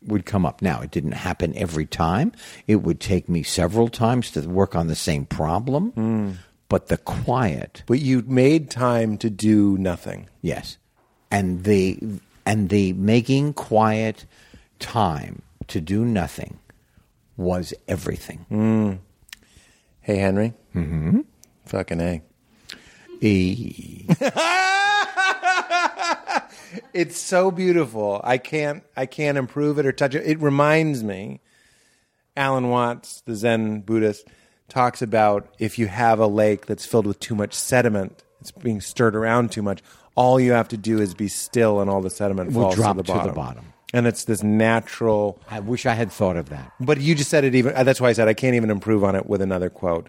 would come up now it didn't happen every time it would take me several times to work on the same problem but the quiet But you made time to do nothing. yes and the and the making quiet time to do nothing was everything Hey, Henry. Mm-hmm. Fucking A. E- It's so beautiful. I can't I can't improve it or touch it. It reminds me Alan Watts, the Zen Buddhist, talks about if you have a lake that's filled with too much sediment, it's being stirred around too much, all you have to do is be still and all the sediment will falls drop to, the to the bottom. bottom. And it's this natural I wish I had thought of that. But you just said it even. That's why I said I can't even improve on it with another quote.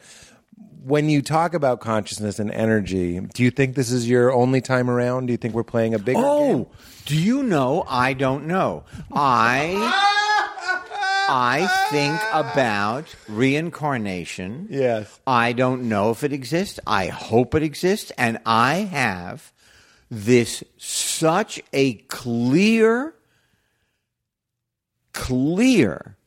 When you talk about consciousness and energy, do you think this is your only time around? Do you think we're playing a bigger game? Oh, do you know? I don't know. I I think about reincarnation. Yes. I don't know if it exists. I hope it exists and I have this such a clear clear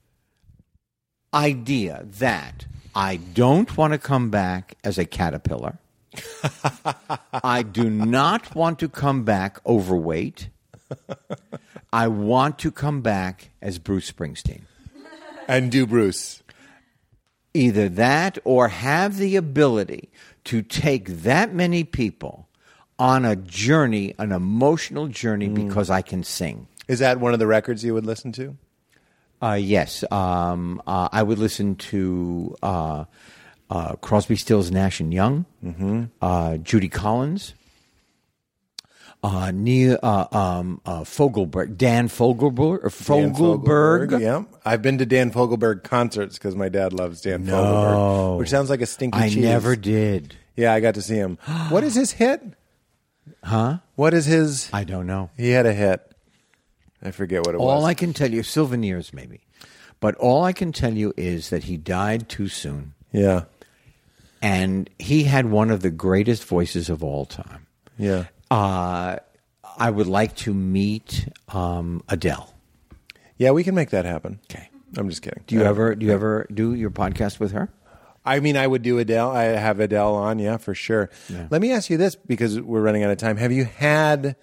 idea that I don't want to come back as a caterpillar. I do not want to come back overweight. I want to come back as Bruce Springsteen. And do Bruce. Either that or have the ability to take that many people on a journey, an emotional Hmm. journey, because I can sing. Is that one of the records you would listen to? Uh, yes, um, uh, I would listen to uh, uh, Crosby, Stills, Nash and Young, Mm-hmm. uh, Judy Collins, uh, Neil uh, um, uh, Fogelberg, Dan Fogelberg, or Dan Fogelberg. Yeah. I've been to Dan Fogelberg concerts because my dad loves Dan Fogelberg, which sounds like a stinky I cheese. never did. Yeah, I got to see him. What is his hit? Huh? What is his? I don't know. He had a hit. I forget what it was. All I can tell you, souvenirs maybe, but all I can tell you is that he died too soon. yeah. and he had one of the greatest voices of all time. Yeah. Uh, I would like to meet um, Adele. Yeah, we can make that happen. Okay. I'm just kidding. Uh, Do you ever do you ever do your podcast with her? I mean, I would do Adele. I have Adele on, yeah, for sure. Let me ask you this because we're running out of time. Have you had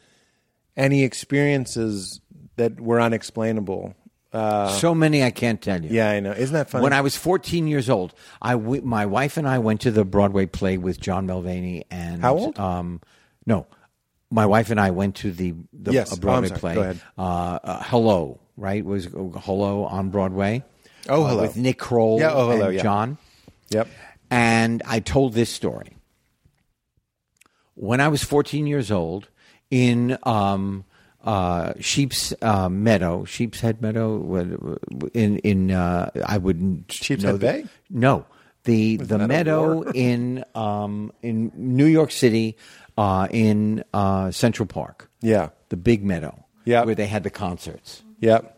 any experiences that were unexplainable? uh, so many I can't tell you. Yeah, I know. Isn't that funny? When I was 14 years old, I w- my wife and I went to the Broadway play with John Mulvaney and How old? Um, no, my wife and I went to the, the Yes. a Oh, I'm Broadway sorry. play. Go ahead. Uh, uh, Hello, right? Was oh, Hello on Broadway? Oh, Uh, Hello. with Nick Kroll Yeah, oh, Hello, and yeah. John. yep. And I told this story. When I was 14 years old, in um, uh, Sheep's uh, Meadow, Sheep's Head Meadow, w- w- in in uh, I wouldn't Sheep's know Head the- Bay? No, the the that a meadow war? in um, in New York City, uh, in uh, Central Park, Yeah. the big meadow, Yeah. where they had the concerts. Yep.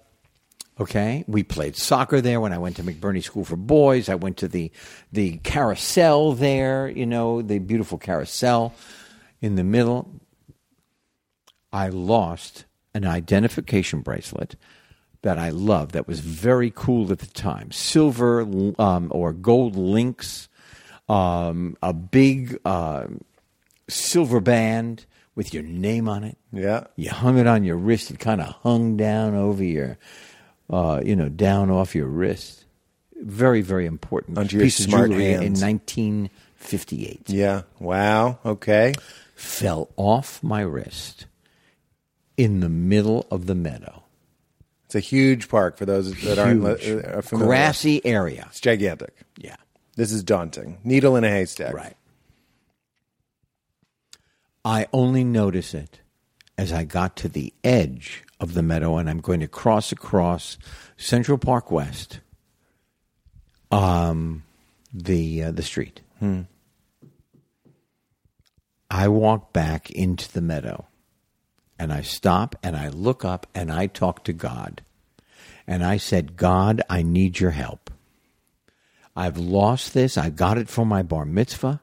Okay, we played soccer there when I went to McBurney School for Boys. I went to the the carousel there, you know, the beautiful carousel in the middle. I lost an identification bracelet that I loved that was very cool at the time. Silver um, or gold links, um, a big uh, silver band with your name on it. Yeah. You hung it on your wrist. It kind of hung down over your, uh, you know, down off your wrist. Very, very important Onto your piece smart of jewelry in hands. 1958 Yeah. Wow. Okay. fell off my wrist in the middle of the meadow. It's a huge park for those that aren't li- Huge, uh, are familiar. grassy area. It's gigantic. Yeah, This is daunting. Needle in a haystack. right. I only notice it as I got to the edge of the meadow and I'm going to cross across Central Park West, um, the uh, the street. I walk back into the meadow and I stop and I look up and I talk to God. And I said, God, I need your help. I've lost this. I got it for my bar mitzvah.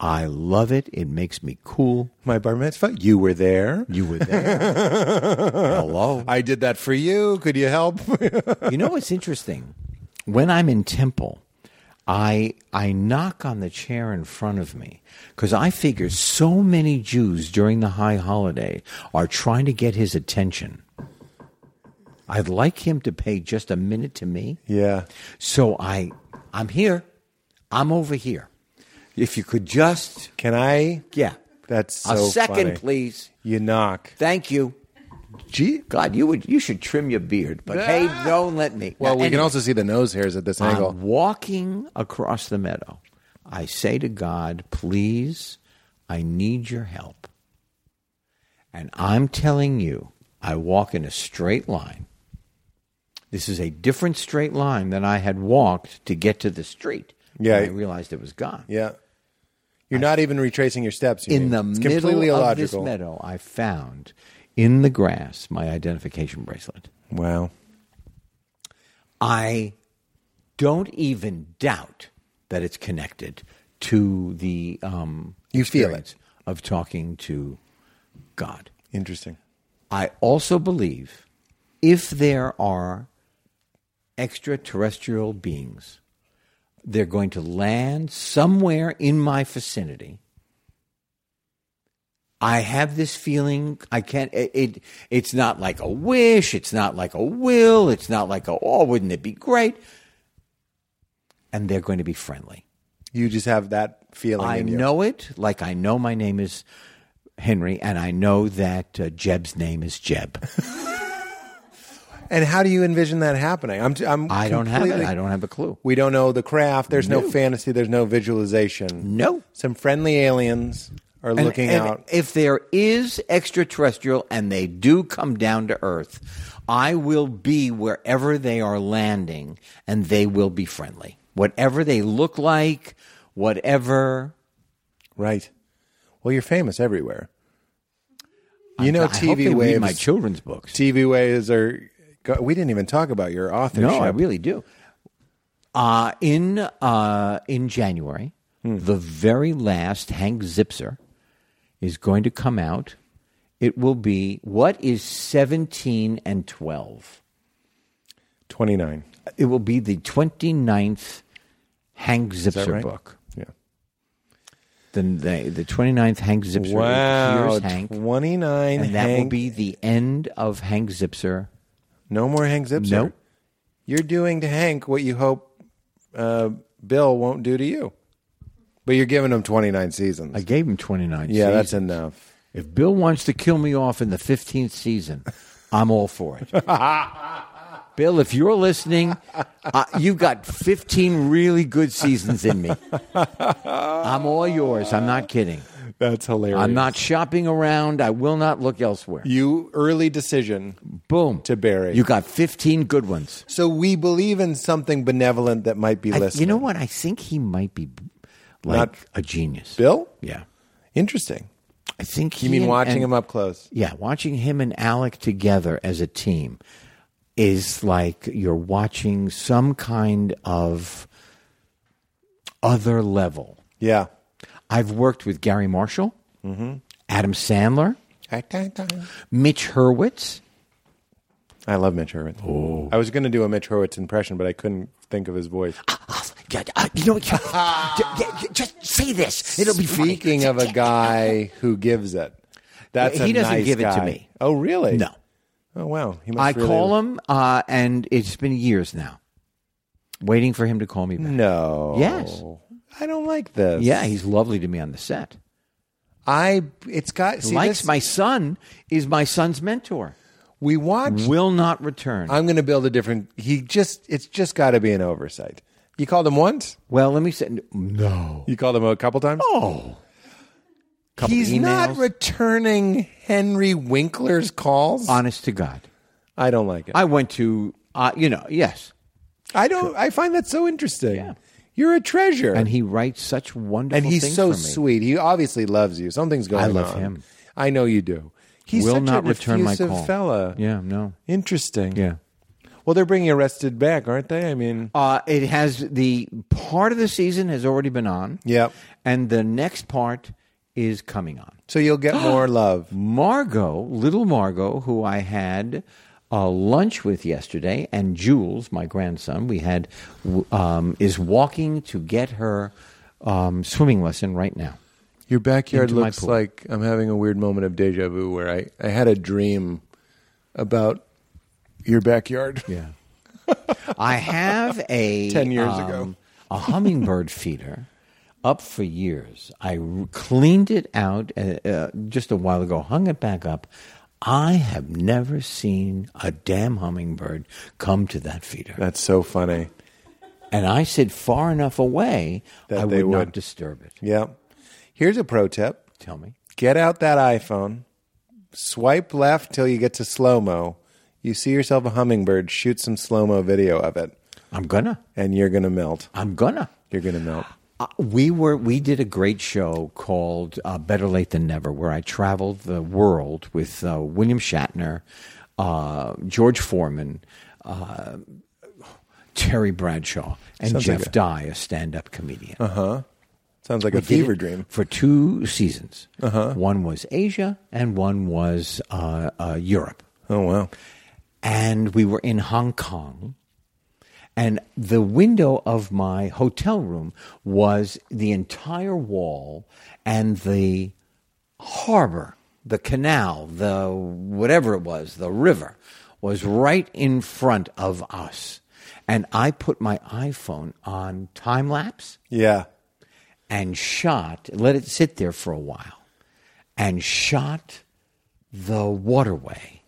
I love it. It makes me cool. My bar mitzvah. You were there. You were there. Hello. I did that for you. Could you help? you know what's interesting? When I'm in temple, I I knock on the chair in front of me because I figure so many Jews during the high holiday are trying to get his attention. I'd like him to pay just a minute to me. yeah. So I I'm here. I'm over here. If you could just Can I? yeah. That's so a second, funny. please. You knock. Thank you. Gee. Ah. God, you would you should trim your beard, but hey, don't let me. Well, Now, we can anyway. also see the nose hairs at this angle. I'm walking across the meadow. I say to God, please, I need your help. And I'm telling you, I walk in a straight line. This is a different straight line than I had walked to get to the street. Yeah. And I realized it was gone. yeah. You're not even retracing your steps. You In mean. the it's middle completely of this illogical. meadow, I found in the grass my identification bracelet. Wow. I don't even doubt that it's connected to the um, You feel experience of talking to God. Interesting. I also believe if there are extraterrestrial beings, they're going to land somewhere in my vicinity. I have this feeling I can't it, it it's not like a wish, it's not like a will, it's not like a oh wouldn't it be great? And they're going to be friendly. You just have that feeling. I in you. know it like I know my name is Henry and I know that uh, Jeb's name is Jeb. And how do you envision that happening? I'm. T- I'm I don't have it. completely- I don't have a clue. We don't know the craft. There's no, fantasy. There's no visualization. No. Some friendly aliens are And- looking and out. If there is extraterrestrial and they do come down to Earth, I will be wherever they are landing and they will be friendly. Whatever they look like, whatever. Right. Well, you're famous everywhere. You know, I hope TV they read waves. my children's books. TV waves are. go- We didn't even talk about your authorship. No, I really do. Uh, in uh, in January, the very last Hank Zipser is going to come out. It will be what is seventeen and twelve. 29. It will be the 29th Hank Zipser right? book. Yeah. The, the, the 29th Hank Zipser. Wow. Here's Hank. 29. and that will Hank- be the end of Hank Zipser. No more Hank Zipser. Nope. You're doing to Hank what you hope uh, Bill won't do to you. But you're giving him 29 seasons. I gave him 29. yeah, that's seasons. enough. If Bill wants to kill me off in the 15th season, I'm all for it. Bill, if you're listening, uh, you've got 15 really good seasons in me. I'm all yours. I'm not kidding. That's hilarious. I'm not shopping around. I will not look elsewhere. You early decision. Boom. To bury. You got 15 good ones. So we believe in something benevolent that might be I, listening. you know what? I think he might be like Not- a genius. Bill? Yeah. Interesting. I think You mean watching him him up. up close? Yeah, watching him and Alec together as a team is like you're watching some kind of other level. Yeah. I've worked with Gary Marshall, Mm-hmm. Adam Sandler, I Mitch Hurwitz. love Mitch Hurwitz. Oh. I was going to do a Mitch Hurwitz impression, but I couldn't think of his voice. Yeah, uh, You know, what? Yeah, yeah, yeah, just say this. It'll be funny. Speaking of a guy who gives it, that's He a doesn't nice give it to guy. me. Oh, really? No. Oh, wow. He must I really- call him, uh, and it's been years now, waiting for him to call me back. No. Yes. I don't like this. Yeah, he's lovely to me on the set. I. It's got. See, Likes this- my son is my son's mentor. We watched. Will not return. I'm going to build a different. He just. It's just got to be an oversight. You called him once. well, let me say no. You called him a couple times. Oh, Couple He's not emails. returning Henry Winkler's calls. honest to God, I don't like it. I, I went to uh, you know yes, don't. I find that so interesting. Yeah. You're a treasure, and he writes such wonderful. And he's things so for me. sweet. He obviously loves you. Something's going on. love him. I know you do. He's Will such not an return my effusive call. fella. Yeah, no, Interesting. yeah. Well, they're bringing Arrested back, aren't they? I mean, Uh, it has the part of the season has already been on. Yep. and the next part is coming on. so you'll get more love. Margot, little Margot, who I had uh, lunch with yesterday, and Jules, my grandson, we had w- um, is walking to get her um, swimming lesson right now. Your backyard Into my looks pool. like I'm having a weird moment of deja vu where I, I had a dream about your backyard. Yeah, I have a um, 10 years ago. a hummingbird feeder up for years. I r- cleaned it out uh, uh, just a while ago, hung it back up. I have never seen a damn hummingbird come to that feeder. That's so funny. And I said far enough away, That I they would, would. not disturb it. Yeah. Here's a pro tip Tell me. get out that iPhone, swipe left till you get to slow mo. You see yourself a hummingbird, shoot some slow mo video of it, I'm gonna. and you're going to melt. I'm gonna. You're going to melt. Uh, we were we did a great show called uh, Better Late Than Never, where I traveled the world with uh, William Shatner, uh, George Foreman, uh, Terry Bradshaw, and Sounds Jeff like a- Dye, a stand-up comedian. Sounds like a did fever it dream. Uh-huh. for two seasons. One was Asia, and one was uh, uh, Europe. Oh, wow. and we were in Hong Kong. And the window of my hotel room was the entire wall and the harbor, the canal, the whatever it was, the river was right in front of us. And I put my iPhone on time lapse Yeah. and shot, let it sit there for a while, and shot the waterway.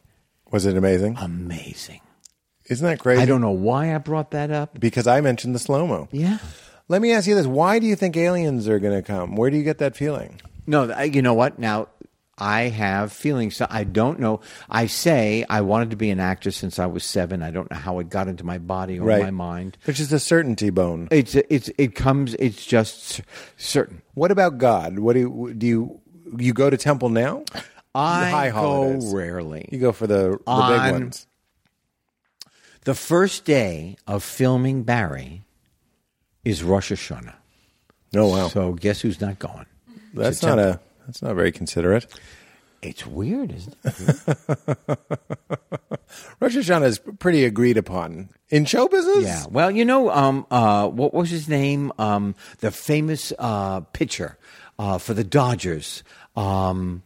Was it amazing? Amazing. Isn't that crazy? I don't know why I brought that up. Because I mentioned the slow mo. Yeah. Let me ask you this: Why do you think aliens are going to come? Where do you get that feeling? No, th- I- you know what? Now, I have feelings. So I don't know. I say I wanted to be an actor since I was seven. I don't know how it got into my body or my mind. which is a certainty bone. It's, it's, it comes, it's just cer- certain. What about God? What do you, do you you go to temple now? I High go holidays. rarely. You go for the, the big On- ones. The first day of filming Barry is Rosh Hashanah. Oh wow, So guess who's not going? that's not a that's not very considerate. It's weird, isn't it? Rosh Hashanah is pretty agreed upon in show business. Yeah. Well, you know, um, uh, what was his name? Um, the famous uh, pitcher uh, for the Dodgers. Um,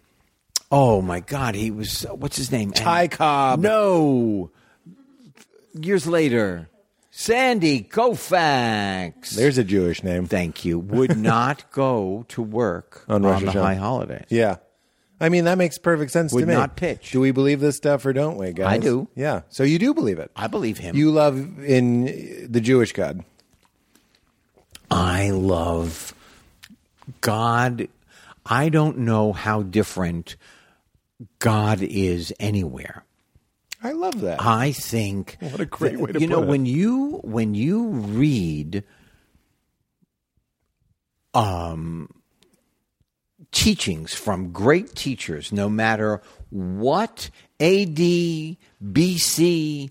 oh my God, he was. What's his name? Ty Cobb. No. Years later, Sandy Koufax. there's a Jewish name. Thank you. Would not go to work On on, Rosh the Hashanah. high holidays. Yeah, I mean that makes perfect sense to Would me. not pitch. Do we believe this stuff or don't we, guys? I do. Yeah. So you do believe it. I believe him. You love in the Jewish God. I love God. I don't know how different God is anywhere. I love that. I think what a great way to you know put it. when you when you read um teachings from great teachers no matter what AD BC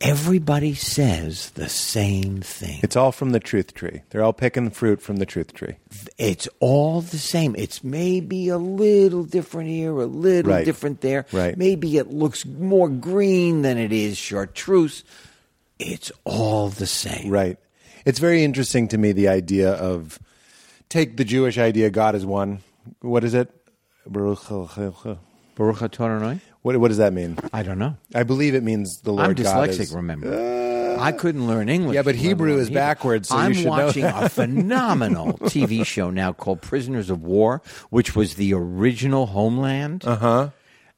everybody says the same thing. It's all from the truth tree. They're all picking fruit from the truth tree. it's all the same. It's maybe a little different here, a little Right. different there. Right. Maybe it looks more green than it is chartreuse. It's all the same. Right. It's very interesting to me the idea of take the Jewish idea God is one. What is it? Baruch- Baruch Atah What what does that mean? I don't know. I believe it means the Lord I'm God dyslexic, is- Uh, remember. I couldn't learn English. Yeah, but let alone Hebrew is backwards, so you I'm should know watching that. a phenomenal TV show now called Prisoners of War, which was the original Homeland. Uh Uh-huh. huh.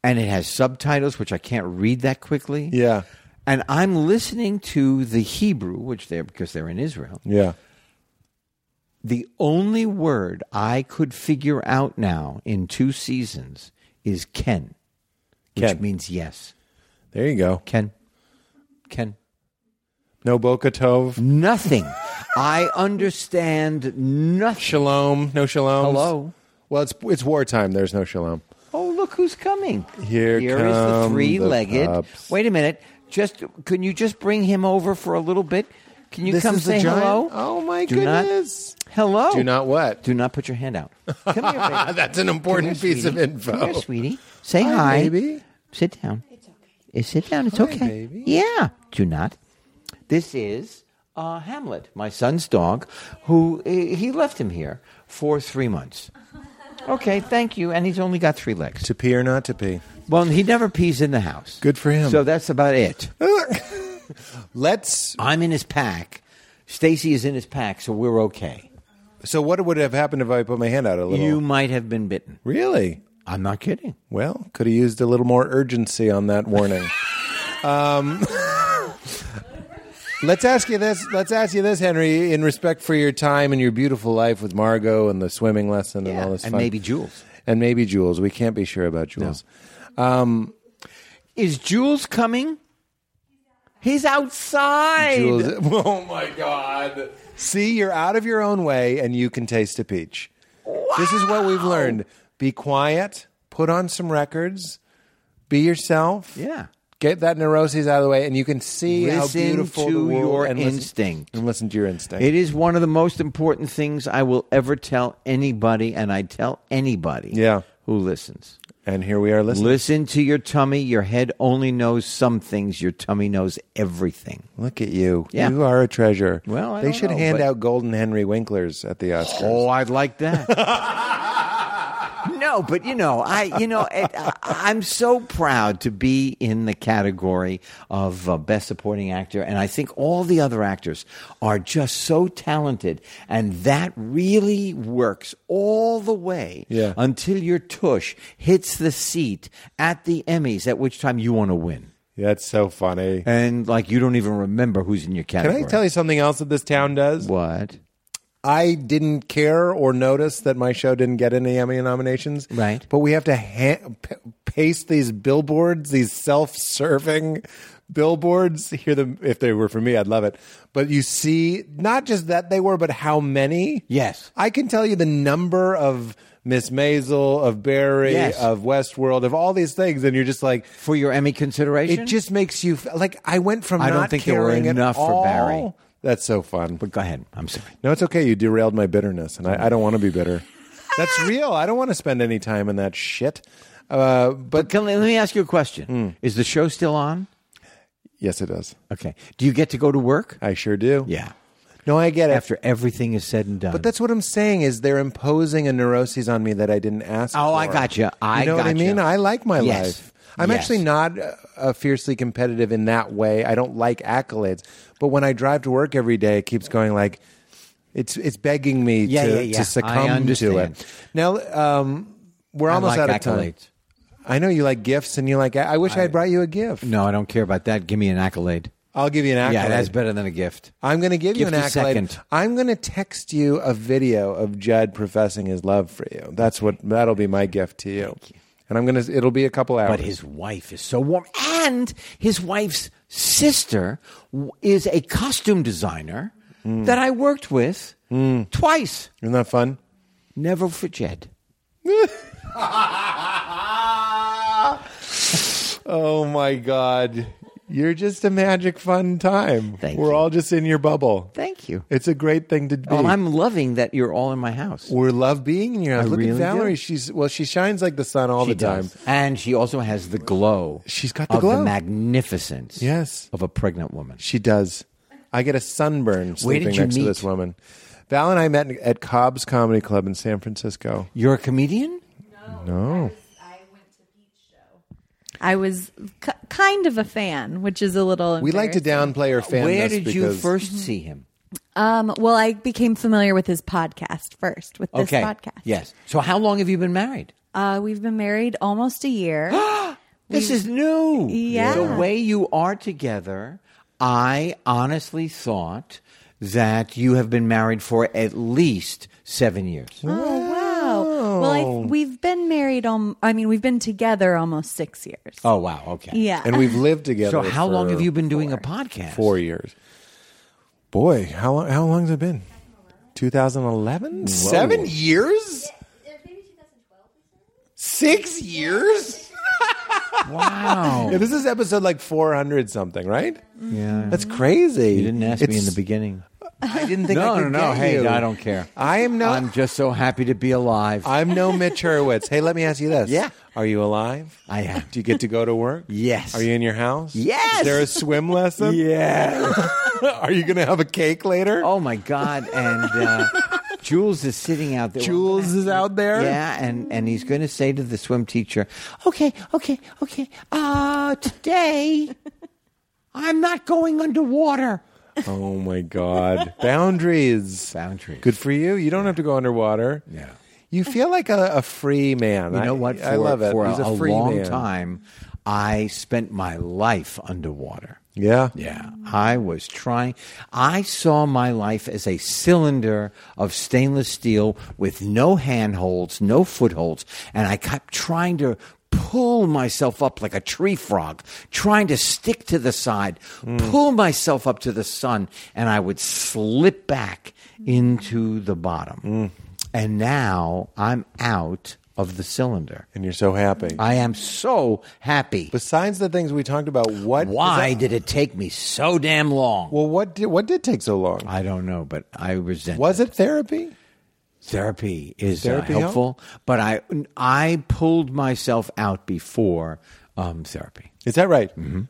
And it has subtitles, which I can't read that quickly. Yeah. And I'm listening to the Hebrew, which they're because they're in Israel. Yeah. The only word I could figure out now in two seasons is Ken, which Ken. means yes. There you go. Ken. Ken. No Bokatov. Nothing. I understand nothing. Shalom. No shalom. Hello. Well, it's it's wartime. There's no shalom. Oh, look who's coming. Here is the come the three-legged. pups. Wait a minute. Just can you just bring him over for a little bit? Can you This come is the say giant- hello? Oh, my Do not- goodness. hello. Do not what? Do not put your hand out. Come here, baby. Come That's an here, important piece of sweetie. info. Come here, sweetie. Say hi, Hi, baby. Sit down. It's okay. sit down. It's Hi, okay. baby. Yeah. Do not. This is uh, Hamlet, my son's dog, who uh, he left him here for three months. Okay, thank you. And he's only got three legs. To pee or not to pee. Well, he never pees in the house. Good for him. So that's about it. Let's. I'm in his pack. Stacy is in his pack, so we're okay. So, what would have happened if I put my hand out a little? You might have been bitten. really? I'm not kidding. Well, could have used a little more urgency on that warning. um, let's ask you this. Let's ask you this, Henry, in respect for your time and your beautiful life with Margot and the swimming lesson and all this and fun- maybe Jules. and maybe Jules. We can't be sure about Jules. Is Jules coming? He's outside. Jules, oh my God! See, you're out of your own way, and you can taste a peach. This is what we've learned: be quiet, put on some records, be yourself. Yeah. Get that neuroses out of the way, and you can see how Listen beautiful to the world your and listen- instinct. and listen to your instinct. It is one of the most important things I will ever tell anybody, and I tell anybody Yeah. who listens. and here we are listening. Listen to your tummy. Your head only knows some things, your tummy knows everything. Look at you. Yeah. You are a treasure. Well, I they don't should know, hand but- out golden Henry Winklers at the Oscars. Oh, I'd like that. no, but you know, I you know, it, I, I'm so proud to be in the category of uh, best supporting actor, and I think all the other actors are just so talented, and that really works all the way Yeah. until your tush hits the seat at the Emmys, at which time you want to win, That's so funny. and like you don't even remember who's in your Can category. I tell you something else that this town does? what? I didn't care or notice that my show didn't get any Emmy nominations. Right. But we have to ha- p- paste these billboards, these self-serving billboards. Hear them if they were for me, I'd love it. But you see, not just that they were, but how many? Yes. I can tell you the number of Miss Maisel, of Barry, Yes. of Westworld, of all these things, and you're just like. For your Emmy consideration, It just makes you f- like I went from I not don't think there were caring at enough for all- Barry. That's so fun. But go ahead. I'm sorry. No, it's okay. You derailed my bitterness, and I, I don't want to be bitter. That's real. I don't want to spend any time in that shit. Uh, but Can, let me ask you a question. Hmm. Is the show still on? yes, it does. Okay. Do you get to go to work? I sure do. Yeah. No, I get it. After everything is said and done. but that's what I'm saying is they're imposing a neuroses on me that I didn't ask. Oh, for. I gotcha. I you know what I gotcha. mean. I like my Yes. life. I'm Yes. actually not uh, uh, fiercely competitive in that way. I don't like accolades, but when I drive to work every day, it keeps going like it's it's begging me Yeah, to, yeah, yeah. to I succumb to understand. it. Now um, we're I almost out like of time. accolades. I know you like gifts, and you like. I wish I, had brought you a gift. No, I don't care about that. Give me an accolade. I'll give you an accolade. Yeah, that's better than a gift. I'm going to give you Gift an is accolade. second. I'm going to text you a video of Judd professing his love for you. That's what. That'll be my gift to you. And I'm gonna. It'll be a couple hours. But his wife is so warm. And his wife's sister w- is a costume designer Hmm. that I worked with twice. Isn't that fun? Never forget. oh my God. You're just a magic fun time. Thank We're you. all just in your bubble. Thank you. It's a great thing to be. Well, I'm loving that you're all in my house. We love being in your house. I Look really at do. Valerie. She's well. She shines like the sun all She the time. does. And she also has the glow. She's got the of glow. the magnificence. Yes. Of a pregnant woman. She does. I get a sunburn sleeping did you next to meet? this woman. Val and I met at Cobb's Comedy Club in San Francisco. You're a comedian? No. I was k- kind of a fan, which is a little. We like to embarrassing. downplay her fan. Where did you Mm-hmm. first see him? Um, well, I became familiar with his podcast first, with this okay. podcast. Yes. So how long have you been married? Uh, we've been married almost a year. This is new. Yeah. The way you are together, I honestly thought that you have been married for at least seven years. Oh, wow. Well, I, we've been married. Um, I mean, we've been together almost six years. Oh, wow. Okay. Yeah. And we've lived together. So how long for have you been doing a podcast? Four years. Boy, how long? How long has it been? 2011. Seven years. Six years. Wow. Oh. Yeah, this is episode like 400 something, right? yeah. That's crazy. you didn't ask me in the beginning. I didn't think. No, I no, could no. get Hey, you. I don't care. I am not. I'm just so happy to be alive. I'm no Mitch Hurwitz. Hey, let me ask you this. Yeah. Are you alive? I am. Do you get to go to work? Yes. Are you in your house? Yes. Is there a swim lesson? Yeah. Are you going to have a cake later? Oh my God! And uh, Jules is sitting out there. Jules is out there. Yeah, and and he's going to say to the swim teacher, "Okay, okay, okay. Uh, today, I'm not going underwater." Oh my God. Boundaries. Boundaries. Good for you. You don't have to go underwater. Yeah. You feel like a, a free man. You I- know what? For, I love it. For He's a, a, free long man. time, I spent my life underwater. Yeah. Yeah, I was trying. I saw my life as a cylinder of stainless steel with no handholds, no footholds, and I kept trying to pull myself up like a tree frog, trying to stick to the side, Hmm. pull myself up to the sun, and I would slip back into the bottom. Hmm. And now I'm out of the cylinder. And you're so happy. I am so happy. Besides the things we talked about, what Why is that- did it take me so damn long? well, what did what did take so long? I don't know, but I resent. Was it therapy? therapy is Therapy uh, helpful? But I I pulled myself out before um, therapy Is that right? Mm-hmm.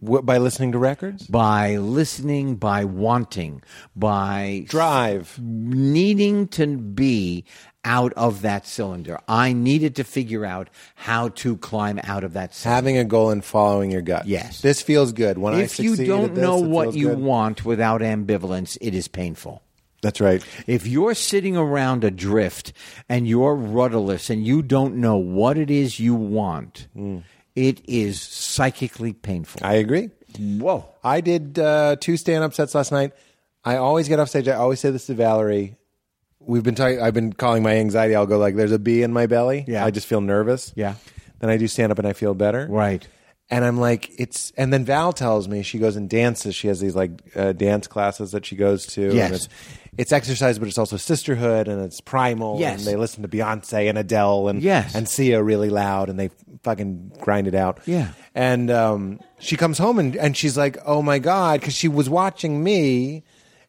What, by listening to records? by listening, by wanting, by Drive. needing to be out of that cylinder. I needed to figure out how to climb out of that cylinder. Having a goal and following your gut. Yes. This feels good. When I if you succeed don't at this, know it what feels you good. want without ambivalence, it is painful. That's right. If you're sitting around adrift and you're rudderless and you don't know what it is you want, it is psychically painful. I agree. Whoa. I did uh, two stand up sets last night. I always get off stage. I always say this to Valerie. We've been talking. I've been calling my anxiety. I'll go like, "There's a bee in my belly." Yeah. I just feel nervous. Yeah. Then I do stand up and I feel better. Right. And I'm like, it's. And then Val tells me she goes and dances. She has these like uh, dance classes that she goes to. Yes. And it's, it's exercise, but it's also sisterhood and it's primal. Yes. And they listen to Beyonce and Adele and Yes. and Sia really loud and they fucking grind it out. Yeah. And um, she comes home and, and she's like, oh my God, because she was watching me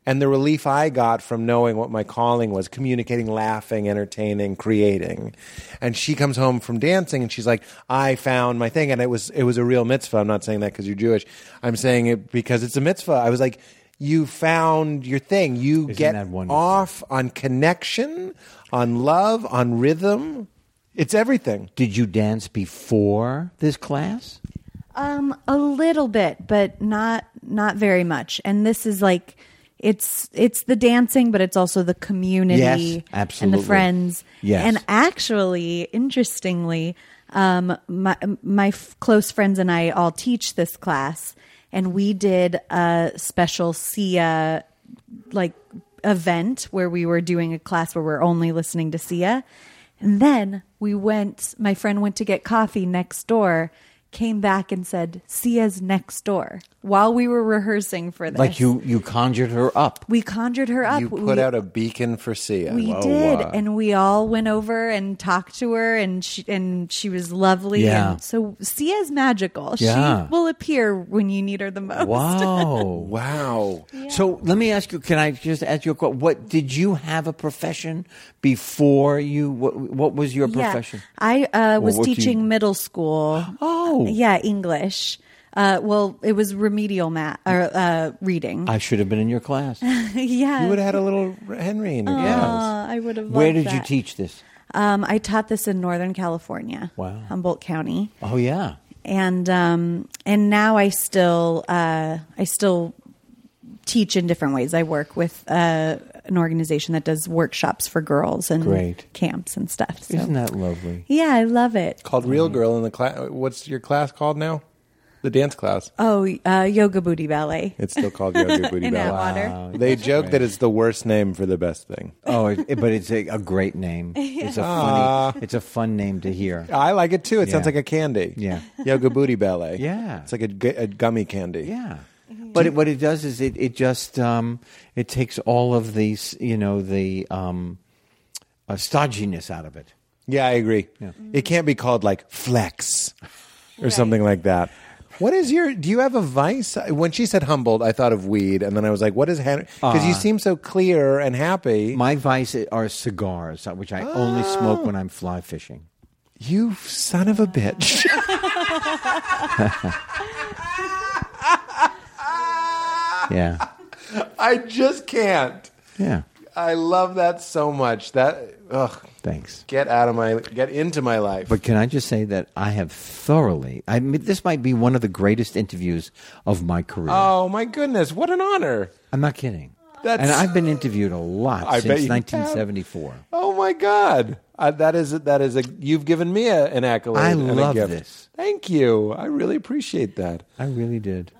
and the relief I got from knowing what my calling was communicating, laughing, entertaining, creating. And she comes home from dancing and she's like, I found my thing. And it was, it was a real mitzvah. I'm not saying that because you're Jewish. I'm saying it because it's a mitzvah. I was like, you found your thing. You get that wonderful? off on connection, on love, on rhythm. It's everything. Did you dance before this class? Um, a little bit, but not not very much. And this is like it's it's the dancing, but it's also the community Yes, and absolutely. the friends. Yes. And actually, interestingly, um, my my f- close friends and I all teach this class, and we did a special Sia like event where we were doing a class where we're only listening to Sia. And then we went, my friend went to get coffee next door came back and said, Sia's next door while we were rehearsing for this. Like you, you conjured her up. We conjured her up. You We- put out a beacon for Sia. we did, and we all went over and talked to her, and she and she was lovely. Yeah. And so Sia's magical. Yeah. She will appear when you need her the most. Wow. Wow. So let me ask you. Can I just ask you a question? What did you have a profession before you? What, what was your profession? Yeah. I uh, was what do you- teaching middle school. Oh. yeah, English. Uh, well, it was remedial math or uh, reading. I should have been in your class. yeah, You would have had a little Henry in your Uh, class. I would have. Loved Where did you that. teach this? Um, I taught this in Northern California. Wow. Humboldt County. Oh yeah. and um, and now I still uh, I still teach in different ways. I work with uh, an organization that does workshops for girls and Great. camps and stuff. So. Isn't that lovely? yeah, I love it. Called Real Girl in the class. What's your class called now? The dance class. Oh, uh, yoga booty ballet. It's still called Yoga Booty In that Bell. water. They joke that it's the worst name for the best thing. Oh, it, it- but it's a, a great name. It's a funny. It's a fun name to hear. I like it too. It sounds Yeah. like a candy. Yeah. Yoga Booty Ballet. Yeah. It's like a, gu- a gummy candy. Yeah. But it, what it does is it, it just um, it takes all of these you know the um, uh, stodginess out of it. Yeah, I agree. Yeah. Mm. It can't be called like flex or something like that. What is your? Do you have a vice? When she said humbled, I thought of weed, and then I was like, "What is Henry?" Because you seem so clear and happy. My vice are cigars, uh, which I only smoke when I'm fly fishing. you son of a bitch. Yeah, I just can't. yeah. I love that so much. That ugh, Thanks. get out of my, get into my life. But can I just say that I have thoroughly? I mean, this might be one of the greatest interviews of my career. oh my goodness, what an honor! I'm not kidding. That's- and I've been interviewed a lot I bet since you have. 1974. Oh my god, I, that is that is a you've given me a, an accolade. I and a love gift. this. Thank you. I really appreciate that. I really did.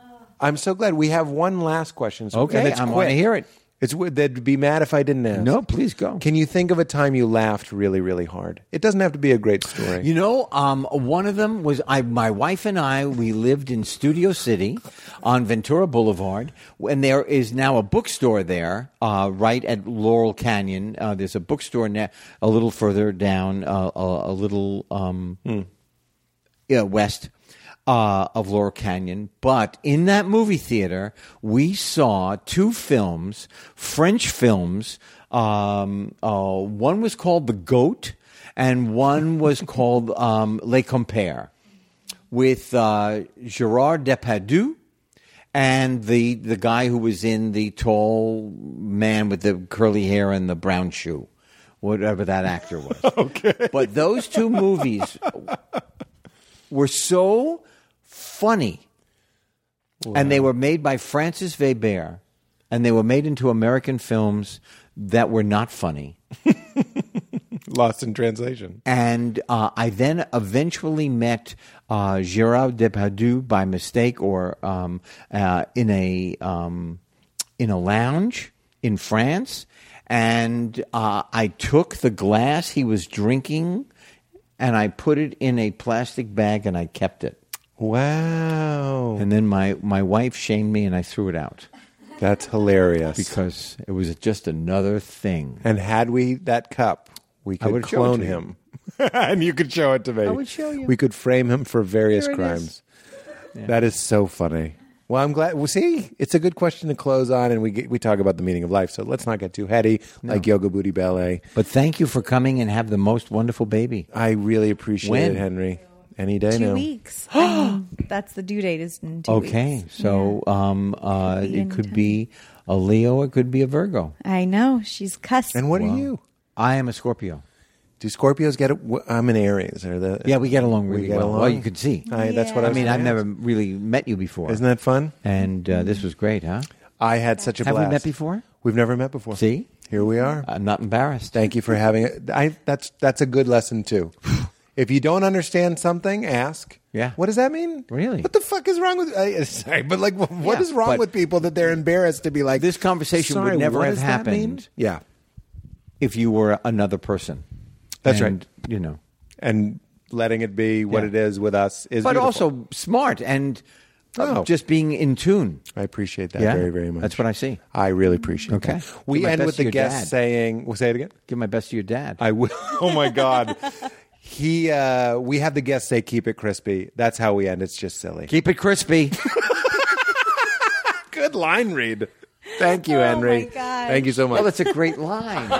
I'm so glad we have one last question. So, Okay, and it's I want quick. to hear it. It's w- they'd be mad if I didn't ask. No, please go. Can you think of a time you laughed really, really hard? It doesn't have to be a great story. You know, um, one of them was I. My wife and I. We lived in Studio City, on Ventura Boulevard, and there is now a bookstore there, uh, right at Laurel Canyon. Uh, there's a bookstore now, a little further down, uh, a, a little um, yeah, west uh, of Laurel Canyon. But in that movie theater, we saw two films, French films. Um, uh, one was called The Goat, and one was called um, Les Compères, with uh, Gerard Depardieu. And the, the guy who was in the tall man with the curly hair and the brown shoe, whatever that actor was. okay. But those two movies were so funny. And they were made by Francis Weber. And they were made into American films that were not funny. Lost in translation. And uh, I then eventually met uh, Gérard Depardieu by mistake or um, uh, in, a, um, in a lounge in France. And uh, I took the glass he was drinking and I put it in a plastic bag and I kept it. Wow, And then my, my wife shamed me and I threw it out that's hilarious. because it was just another thing. and had we that cup, we I could would show it clone to you. him, and you could show it to me. I would show you. We could frame him for various There it crimes. is. That is so funny. Well, I'm glad. Well, see, it's a good question to close on, and we get, we talk about the meaning of life. So let's not get too heady, like yoga booty ballet. But thank you for coming and have the most wonderful baby. I really appreciate When? it, Henry. Any day Two now. weeks. I mean, that's the due date. Is in two Okay, weeks. so um, uh, Could be it any could time. be a Leo, it could be a Virgo. I know she's cussed. And what are you? I am a Scorpio. Do Scorpios get it? wh- I'm an Aries. Or the Yeah, we get along We really get well. along? Well, you could see. I, I, that's what Yeah. I, was mean, gonna I've never ask. really met you before. Isn't that fun? And uh, this was great, huh? I had such a Have we blast. met before? We've never met before. See? here we are. I'm not embarrassed. Thank you for having it. I, that's that's a good lesson too. If you don't understand something, ask. Yeah. What does that mean? Really? What the fuck is wrong with? I, uh, sorry, but like, what is Yeah, wrong but- with people that they're embarrassed to be like? This conversation would "Sorry, never what have does that mean?" happened. Yeah, If you were another person. That's And, right. You know. and letting it be what Yeah. it is with us is but beautiful. also smart and uh, Oh. just being in tune. I appreciate that Yeah? very, very much. That's what I see. I really appreciate Okay. that. We Give my end best with to the your guest dad. saying, we'll say it again. Give my best to your dad. I will. Oh my God. He, uh, we have the guest say, keep it crispy. That's how we end. It's just silly. Keep it crispy. Good line read. Thank you, Oh Henry. my God. Thank you so much. well, that's a great line. My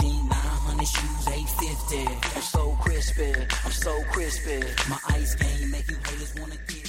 jean 900 shoes 850. I'm so crispy. I'm so crispy. My ice game make you haters wanna get.